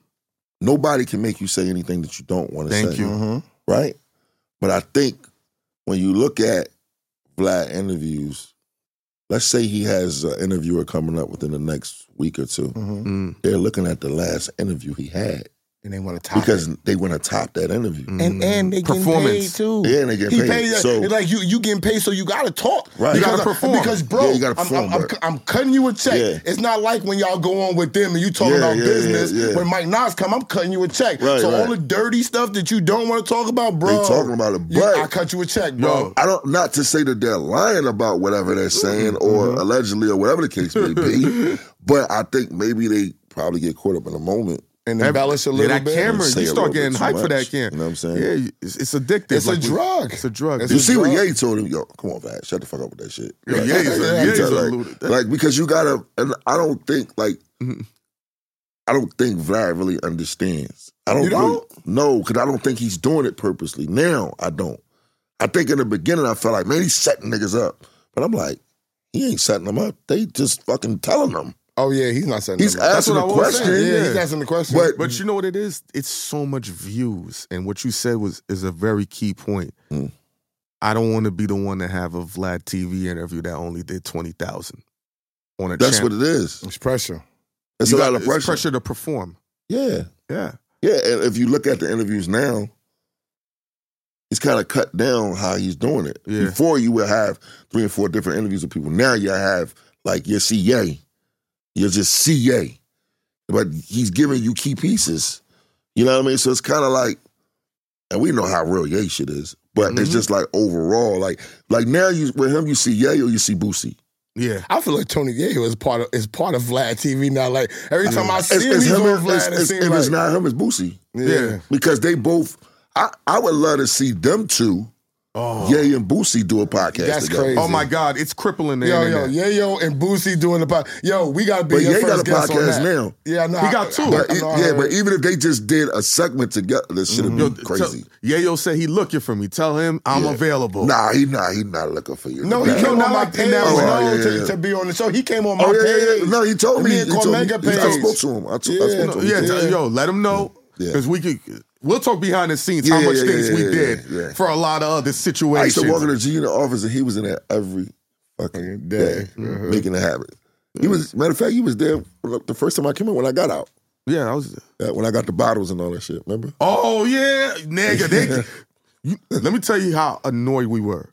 Nobody can make you say anything that you don't want to say.
Thank you.
Mhm.
Right? But I think when you look at Vlad interviews, let's say he has an interviewer coming up within the next week or two.
Mhm.
Mm,
They're looking at the last interview he had
And they want to top
because
it.
they want to top that interview.
and and they getting paid
Performance.
too.
Yeah, and they get
Mm. He
paid. So-
it's like you you getting paid, so you gotta talk.
Right. You
Because,
gotta perform.
Because bro,
Yeah, you gotta
I'm-
perform,
I'm, I'm,
bro.
I'm cutting you a check.
Yeah.
It's not like when y'all go on with them and you talking
Yeah,
about
yeah, yeah,
business.
yeah.
When Mike Nas come, I'm cutting you a check.
Right,
so all
right.
the dirty stuff that you don't want to talk about, bro.
They talking about it,
you-
but
I cut you a check,
Yo,
bro.
I don't not to say that they're lying about whatever they're saying or allegedly or whatever the case
<laughs>
may be, but I think maybe they probably get caught up in a moment.
and embellish a
Yeah,
little
that
bit.
camera,
Say
you
a
start
little bit
getting
too
hype for that
much.
camera.
You know what I'm saying?
Yeah, it's, it's addictive.
It's a
we-
drug.
It's a drug.
It's
You
It's
see what
drug.
Ye told him, yo, come on, Vlad, shut the fuck up with that shit.
Yo,
Like,
Ye's a-
like,
Ye's a
like,
lunatic.
like, because you gotta and I don't think like
Mhm.
I don't think Vlad really understands. I don't
You don't?
Really, no, because I don't think he's doing it purposely. Now I don't. I think in the beginning I felt like, man, he's setting niggas up. But I'm like, he ain't setting them up. They just fucking telling them.
Oh yeah, he's not saying
He's
nothing.
asking
what
the
I was
question.
saying,
yeah,
yeah.
he's asking the question.
But-
But you know what it is? It's so much views, and what you said was is a very key point.
Mm.
I don't want to be the one to have a Vlad TV interview that only did twenty thousand on a
That's
channel.
what it is.
it's pressure.
It's
You
a
got-
lot of
it's
pressure.
pressure to perform.
Yeah.
Yeah,
Yeah. And if you look at the interviews now, it's kind of cut down how he's doing it.
Yeah.
Before you would have three and four different interviews with people. Now you have like your CA. You're just CA. But he's giving you key pieces. You know what I mean? So it's kind of like, and we know how real Ye shit is, but it's
Mm-hmm.
Mhm.
just like overall, like like now you with him you see Ye or you see Boosie.
yeah.
I feel like Tony Yayo is part of is part of Vlad TV now. Like every time I see
It's,
him,
it's
he's
him.
on
and-
Vlad.
it's-
it
it's-
seems
if
like,
it's not him, it's Boosie.
yeah.
because they both. I, I would love to see them two
Oh,
Ye and Boosie do a podcast.
That's
together.
crazy.
oh my God, it's crippling the
Yo, yo,
internet.
yeah, yo, and Boosie doing the pod. Yo, we gotta be
But
your
Ye got
first
a
guest on
podcast
that.
now.
Yeah, no,
He got two.
But
I
e-
know, I
yeah,
heard.
but even if they just did a segment together, this should have
Mm-hmm. Yo,
been
t-
crazy.
Yayo said he looking for me. Tell him I'm
Yeah.
available.
Nah, he not. He not looking for you.
no, he
Nah.
came on
not
my
like
page
that.
Oh,
no,
yeah,
to,
yeah.
to be on the show. He came on my
Oh yeah, yeah, yeah.
page.
No, he told
And
me.
me and
he told me.
Cormega
He- I
page.
spoke to him. I, t- I
Yeah.
spoke to him.
yeah,
Yeah.
yo, let him know
Yeah.
because we could. We'll talk behind the scenes how
Yeah,
much
yeah,
things
yeah,
we
yeah,
did
yeah, yeah.
for a lot of other
I used
situations.
to walk in the Gina office and he was in there every fucking day,
Mm-hmm.
Uh-huh.
making it happen. He was matter of fact, he was there the first time I came in when I got out.
yeah, I was.
Uh, When I got the bottles and all that shit, remember?
Oh yeah, nigga.
<laughs>
They, you, let me tell you how annoyed we were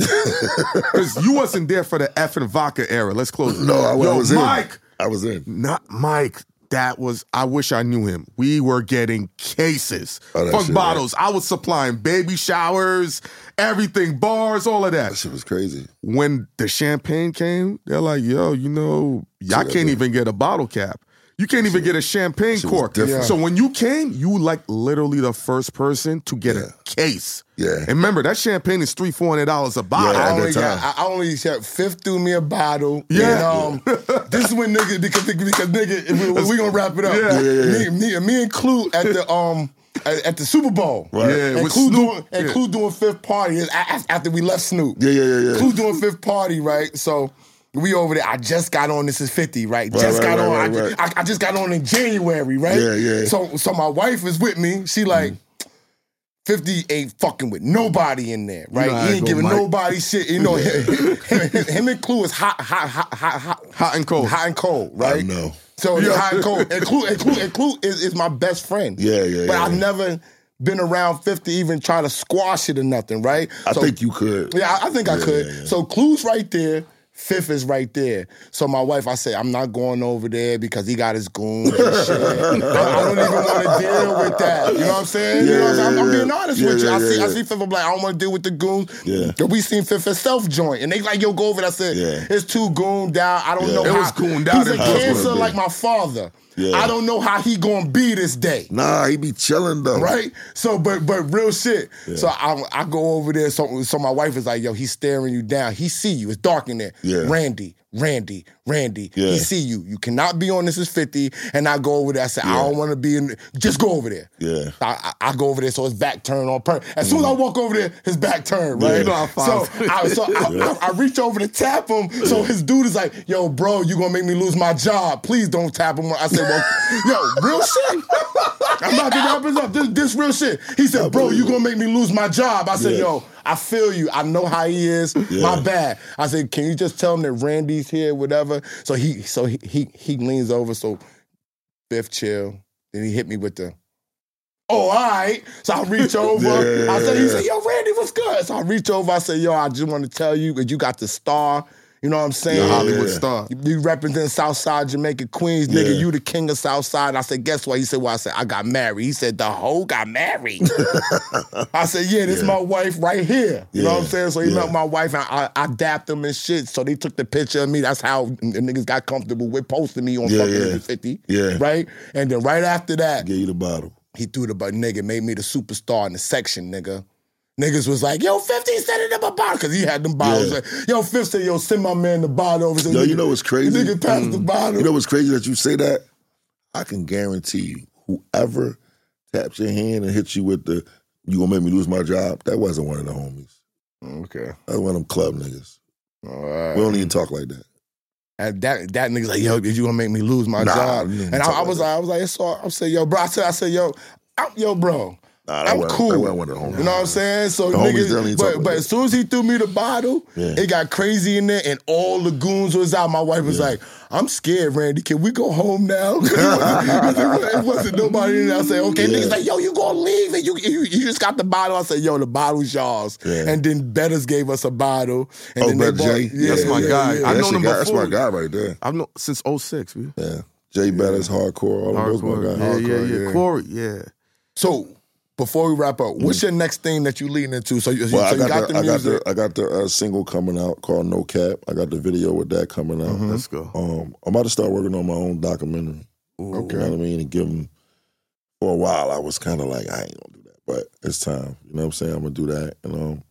because you wasn't there for the F and vodka era. Let's close. it.
No, I,
Yo,
I was
Mike,
in. I was in.
not Mike. That was. I wish I knew him. We were getting cases,
Oh, that
fuck
shit,
bottles. I was supplying baby showers, everything, bars, all of that.
That shit was crazy.
when the champagne came, they're like, yo, you know, y'all
that
can't even get a bottle cap. You can't even get a champagne
was
cork.
different.
So when you came, you were like literally the first person to get
Yeah.
a case.
Yeah.
And remember, that champagne is three, four hundred dollars a bottle. Oh,
I
Yeah, at that
only got,
time.
I only said fifth threw me a bottle.
Yeah.
And, um, <laughs> this is when nigga because because nigga if we, we gonna wrap it up.
Yeah.
Yeah,
Me,
yeah,
me, me and Clue at the um at, at the Super Bowl.
Right.
Yeah,
and
with
Clue
Snoop.
doing and
Yeah.
Clue doing fifth party is a- a- after we left Snoop.
Yeah, yeah, yeah, yeah.
Clue doing fifth party right. So. We over there. I just got on. This is fifty, right? just
right,
got
right,
on. I,
right,
ju- I, I just got on in January, right?
Yeah, yeah. Mm.
So, so my wife is with me. She like, 50 ain't fucking with nobody in there, right?
know how
he
it
ain't
go,
giving
Mike.
nobody shit.
<laughs>
You know, him, him, him and Clue is hot, hot, hot, hot, hot,
Hot and cold.
hot and cold,
I
right?
know.
So
Yeah.
yeah. hot and cold. And Clue, and Clue, and Clue is, is my best friend.
Yeah, yeah,
But
yeah.
I've never been around 50 even try to squash it or nothing, right?
I
So-
think you could.
yeah, I, I think I
Yeah,
could.
yeah, yeah.
So Clue's right there. Fifth is right there. So my wife, I say, I'm not going over there because he got his goons
<laughs>
and shit. I, I don't even want to deal with that. You know what I'm saying? you know what I'm, saying? I'm- I'm
Yeah, yeah,
being
yeah.
honest
Yeah,
with you.
yeah,
I see,
yeah,
I
yeah.
see Fifth. I'm like, I don't want to deal with the goons.
Yeah.
Cause we seen Fifth herself joint, and they like, yo, go over. there. I said,
Yeah.
it's too gooned out. I don't
Yeah.
know.
It
how.
was gooned out
He's a
in Brooklyn.
cancer like my father.
Yeah.
I don't know how he gonna be this day
Nah, he be chilling though.
right? So, but but real shit. So I I go over there. So so my wife is like, yo, he's staring you down. He see you. It's dark in there.
Yeah.
Randy, Randy, Randy.
Yeah.
He see you. You cannot be on this is fifty. And I go over there. I say, I don't want to be in. Just go over there.
Yeah. Mm.
I, I, I go over there, so his back turned on purpose. As soon as I walk over there, his back turned, right?
You know
how
so
fast-
I, so I, I, I reach over to tap him. So his dude is like, "Yo, bro, you gonna make me lose my job? Please don't tap him." I said, "Well, yo, real shit. <laughs> I'm about to wrap this up. This, this real shit." He said, "Bro, you gonna make me lose my job?" I said,
Yeah.
"Yo." I feel you. I know how he is. My bad. I said, can you just tell him that Randy's here, whatever? So he, so he, he, he leans over. So fifth chill. Then he hit me with the, oh, all right. So I reach over.
<laughs> Yeah.
I say, he said, yo, Randy, what's good? So I reach over. I say, yo, I just want to tell you that you got the star. You know what I'm saying?
Yeah.
Hollywood
Yeah.
star.
You, you represent Southside Jamaica, Queens, nigga.
Yeah.
You the king of Southside. I said, guess what? He said, well, I said, I got married. He said, the hoe got
<laughs>
married. I said, yeah, this my wife right here. You know what I'm
Yeah.
saying? So he
Yeah.
met my wife and I, I dapped him and shit. So they took the picture of me. That's how the niggas got comfortable with posting me on
Yeah,
fucking
yeah.
50.
Yeah.
Right? And then right after that,
Give you the bottle.
he threw the button, nigga, made me the superstar in the section, nigga. Niggas was like, yo, 50, sending him a bottle. Cause he had them bottles.
Yeah.
Like, yo, 50 said, yo, send my man the bottle over. So
Yo, you
nigga-
know what's crazy?
Nigga passed the bottle.
You know what's crazy that you say that? I can guarantee you, whoever taps your hand and hits you with the "you gonna make me lose my job," that wasn't one of the homies.
okay.
That was one of them club niggas.
All right.
We don't even talk like that.
Uh, And that that nigga's like, yo, did you gonna make me lose my
Nah,
job?
you ain't
And I,
talking
I was
like
like, I was like, it's all. I said, yo, bro. I said, I said, yo, I'm, yo, bro.
Nah, that
I'm
wasn't-
cool.
That wasn't one of the homies.
You know what I'm saying? So
The homies don't
niggas,
even talk
but,
like
but
that.
as soon as he threw me the bottle,
Yeah.
it got crazy in there, and all the goons was out. My wife was like, "I'm scared, Randy. Can we go home now?" <laughs> 'Cause it, wasn't, it wasn't nobody in there. I said, "Okay."
Yeah.
Niggas like, "Yo, you gonna leave? And you, you you just got the bottle." I said, "Yo, the bottle's y'all."
Yeah.
And then Bettas gave us a bottle. And
Oh,
then they
Brother
bought-
Jay?
Yeah,
That's my
yeah,
guy.
yeah.
I
That's
known
your
him
guy- That's
before.
my guy right there.
I've known since 06. We,
Yeah, Jay Bettis, hardcore, Mm-hmm. all of those my
Hardcore.
guys.
Yeah, yeah,
Hardcore,
yeah,
yeah.
Corey, yeah.
So before we wrap up, what's your next thing that you leading into? So, you so
Mm. Well, I
you got,
got,
the
the, I got
music.
the I got the uh, single coming out called No Cap. I got the video with that coming out.
Mm-hmm.
Let's go.
Um, I'm about to start working on my own documentary.
Ooh.
You know what I mean? And give them for a while. I was kind of like, I ain't gonna do that, but it's time. You know what I'm saying? I'm gonna do that and um,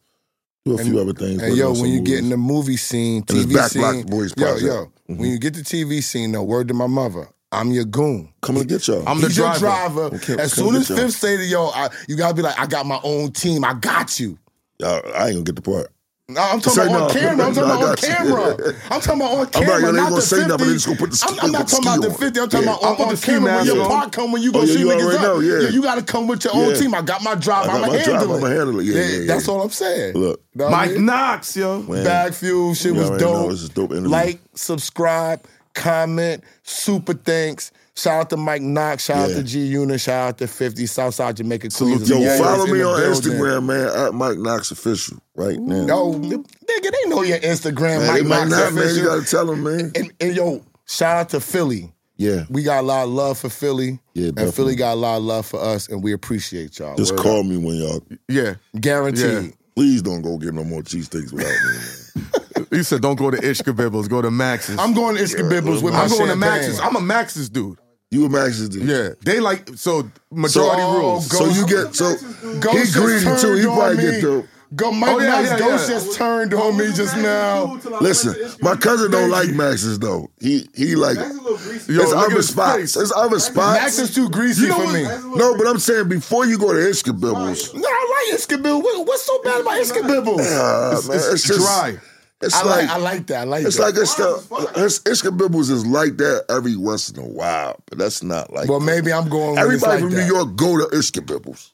Do a
And-
few other
And
things. working
yo,
on some
when you get in
movies.
the movie scene,
And it's
TV
Black Block
scene,
Boys
yo,
project. Mm-hmm.
yo, when you get to TV scene, though, word to my mother, I'm your goon.
coming to get y'all.
I'm the
He's
driver.
your driver.
Okay,
as
come
soon as
get y'all.
Fifth say to yo, I, you gotta be like, I got my own team. I got you.
Y'all- I ain't gonna get the part.
No, I'm talking
Say
about on
<laughs> no.
camera. I'm
No,
talking
I
about on
got you. <laughs>
camera. I'm talking about on
I'm
camera.
not- they ain't
not
gonna
the
say nothing,
50.
but they just gonna put the
I'm,
ski-
I'm not
put the
talking about
ski
the
on.
50. I'm talking
Yeah.
about on,
I'll put
on
the ski
camera. When
mask
your
on.
part come, when you
Oh,
gonna
yeah,
see
you
niggas
already
up.
know, yeah.
you gotta come with your own
Yeah.
team. I got my drive.
I got
I'm
my
going
driver,
handle it.
I'ma handle it. Yeah, yeah, yeah.
That's all I'm saying.
Look.
Know what I
Mike
mean?
Knox, yo.
Man,
Bag fuel shit
you
was
already know,
dope.
this is dope interview.
Like, subscribe, comment, super thanks. Shout out to Mike Knox. Shout out
Yeah.
to G Unit. Shout out to 50 Southside Jamaica
Salute
Queens.
to
Yo,
Yeah,
follow
it's in
me
the
on
building.
Instagram, man, at Mike Knox Official right now.
Yo, nigga, they know your Instagram.
man, they
Mike
might
Knox
not, man. You
official.
gotta tell them, man.
and, and yo, shout out to Philly.
Yeah.
We got a lot of love for Philly.
Yeah,
and Philly got a lot of love for us, and we appreciate y'all.
Just
Word
call me when y'all.
Yeah.
up. Guaranteed.
Please don't go get no more cheesesteaks without me, man.
He said, don't go to Ishka Bibbles, go to Max's.
I'm going to Iskabibbles with my
I'm going to Max's.
champagne.
I'm a Max's dude.
You and Max is the
Yeah. They like, so majority
So-
rules.
So oh,
<laughs>
you get so he
Ghost
greedy
just
too.
turned
He probably
on
get
me.
the.
Go, Mike
Oh, yeah,
Knox
yeah,
Ghost
yeah.
just turnurned on me just now.
Listen, my cousin don't like Max's though. He he like
Yo,
it's
look at
other
his
spots.
face.
It's other
Max
spots.
is too greasy
know
for
what-
me.
No, but I'm saying before you go to Ishkabibbles,
No, I like Iskabibbles. What, what's so bad about Iskabibbles?
uh, man,
it's
it's just
dry.
It's
I like,
like,
I like that. I like
it's
that.
like it's the it's, Ishkabibbles is like that every once in a while, but that's not like
well, maybe I'm going. when it's
everybody
like
from New York go to Ishkabibbles.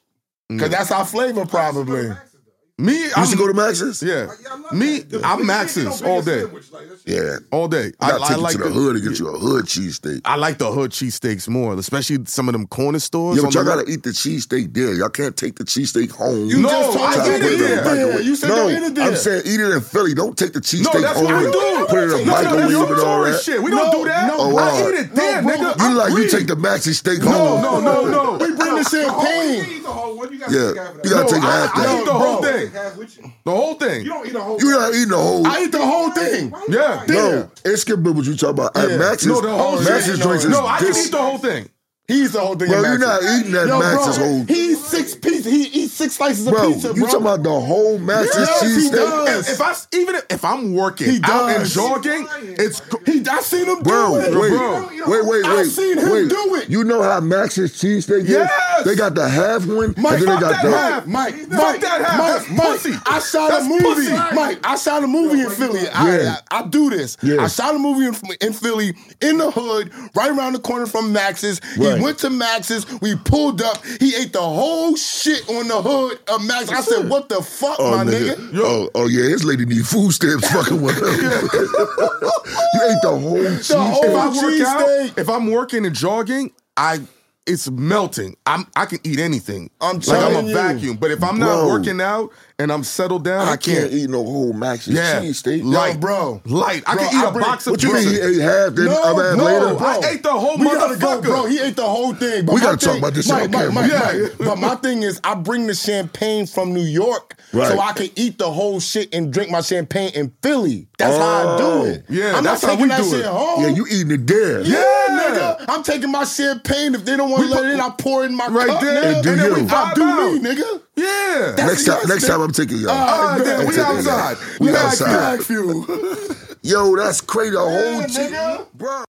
because that's our flavor, probably.
Me,
You
I'm,
used to go to Max's,
yeah. Me, I'm Max's all day.
yeah.
All day.
I
I,
gotta
I
take
like
you to the
the,
hood and get you a hood cheesesteak.
I like the hood cheesesteaks more, especially some of them corner stores.
Yeah, but
on
y'all
the-
gotta eat the cheesesteak there. Y'all can't take the cheesesteak home.
You
No,
just told
I did
me to
it
eat
there.
there. You said
no,
don't eat it there.
I'm saying eat it in Philly. Don't take the
no,
cheesesteak
that's
home.
what I
and
do.
Put it in a
no, no, that's
microwave
some
and all
tourist
that.
Shit. We don't do that.
no,
Oh,
I
wow.
eat it there,
No, bro,
nigga.
You
I'm
like you
greedy.
take the maxi steak
No,
home.
no, no, no.
We bring the champagne.
eat the whole one. You gotta
Yeah,
take half of that.
you gotta
No,
take
I-
half
I
that.
eat the whole
Bro.
thing.
Half with you.
The whole
You
thing.
don't eat a whole.
You're not eating the whole.
I eat the whole thing.
Why you
Yeah.
lying?
no, it's good bibbles you talk about. At
Yeah.
Max's,
No, the whole
Max's
shit.
joints is
No, I can
dis-
eat the whole thing.
He eats the whole thing. in
Bro, you're not
Max's.
eating that
Yo,
Max's
bro,
whole.
He eats six pieces. He eats six slices of
Bro,
pizza,
you
bro.
talking about the whole Max's
Yes, he
cheesesteak?
does.
If, if I s- even if I'm
He
working out and
does.
jogging, it's
he, I seen him
Bro,
do it.
wait,
Bro.
wait, wait, wait.
I seen him
wait.
do it.
You know how Max's cheesesteak
Yes!
is? They got the half one,
Mike,
and then they
fuck
got
that
the.
half.
Mike, Mike,
Fuck
Mike,
that half. That's
Mike, Mike,
pussy.
I shot
That's
a movie.
pussy.
Mike, I shot a movie in Philly. I,
Yeah.
I, I do this.
Yeah.
I shot a movie in, in Philly in the hood, right around the corner from Max's.
Right.
He went to Max's. We pulled up. He ate the whole shit on the hood of Max. I said, "What the fuck,
Oh,
my nigga?"
nigga. Oh, oh yeah, his lady need food stamps fucking with her. <laughs> you ate the whole cheese.
whole-
if I
Oh, Cheese
work
steak.
out, if I'm working and jogging, I it's melting. I'm I can eat anything.
I'm
like I'm
telling
a
you.
vacuum. But if I'm not
Bro.
working out and I'm settled down, I, can't.
eat no whole Max's
Yeah,
cheesesteak.
light,
bro.
Light. I
Bro,
can eat
I
a
bring-
box of
What you mean? He
burgers.
ate half, then
No,
other half
no,
later.
bro.
I ate the whole
we gotta go,
Oh, motherfucker.
bro. He ate the whole thing. But
We
my
gotta talk
thing-
about this
Mike,
on
Mike,
camera.
Mike,
Yeah.
Mike. But my thing is, I bring the champagne from New York,
Right.
so I can eat the whole shit and drink my champagne in Philly. That's how I
Oh.
do it.
Yeah,
I'm
that's how
not taking
we
that
do
shit
it.
home.
Yeah, you eating it there.
Yeah,
Yeah.
nigga. I'm taking my champagne. If they don't want to let it in, I pour it in my
Right
cup.
there.
Nigga.
And do
then
you.
we- I do
Vibe
me, nigga.
Yeah.
Next time, next time I'm taking y'all.
Ah,
Alright,
damn,
man.
we outside.
We
Back
outside.
fuel. <laughs>
Yo, that's crazy. The whole cheese,
nigga.
bro.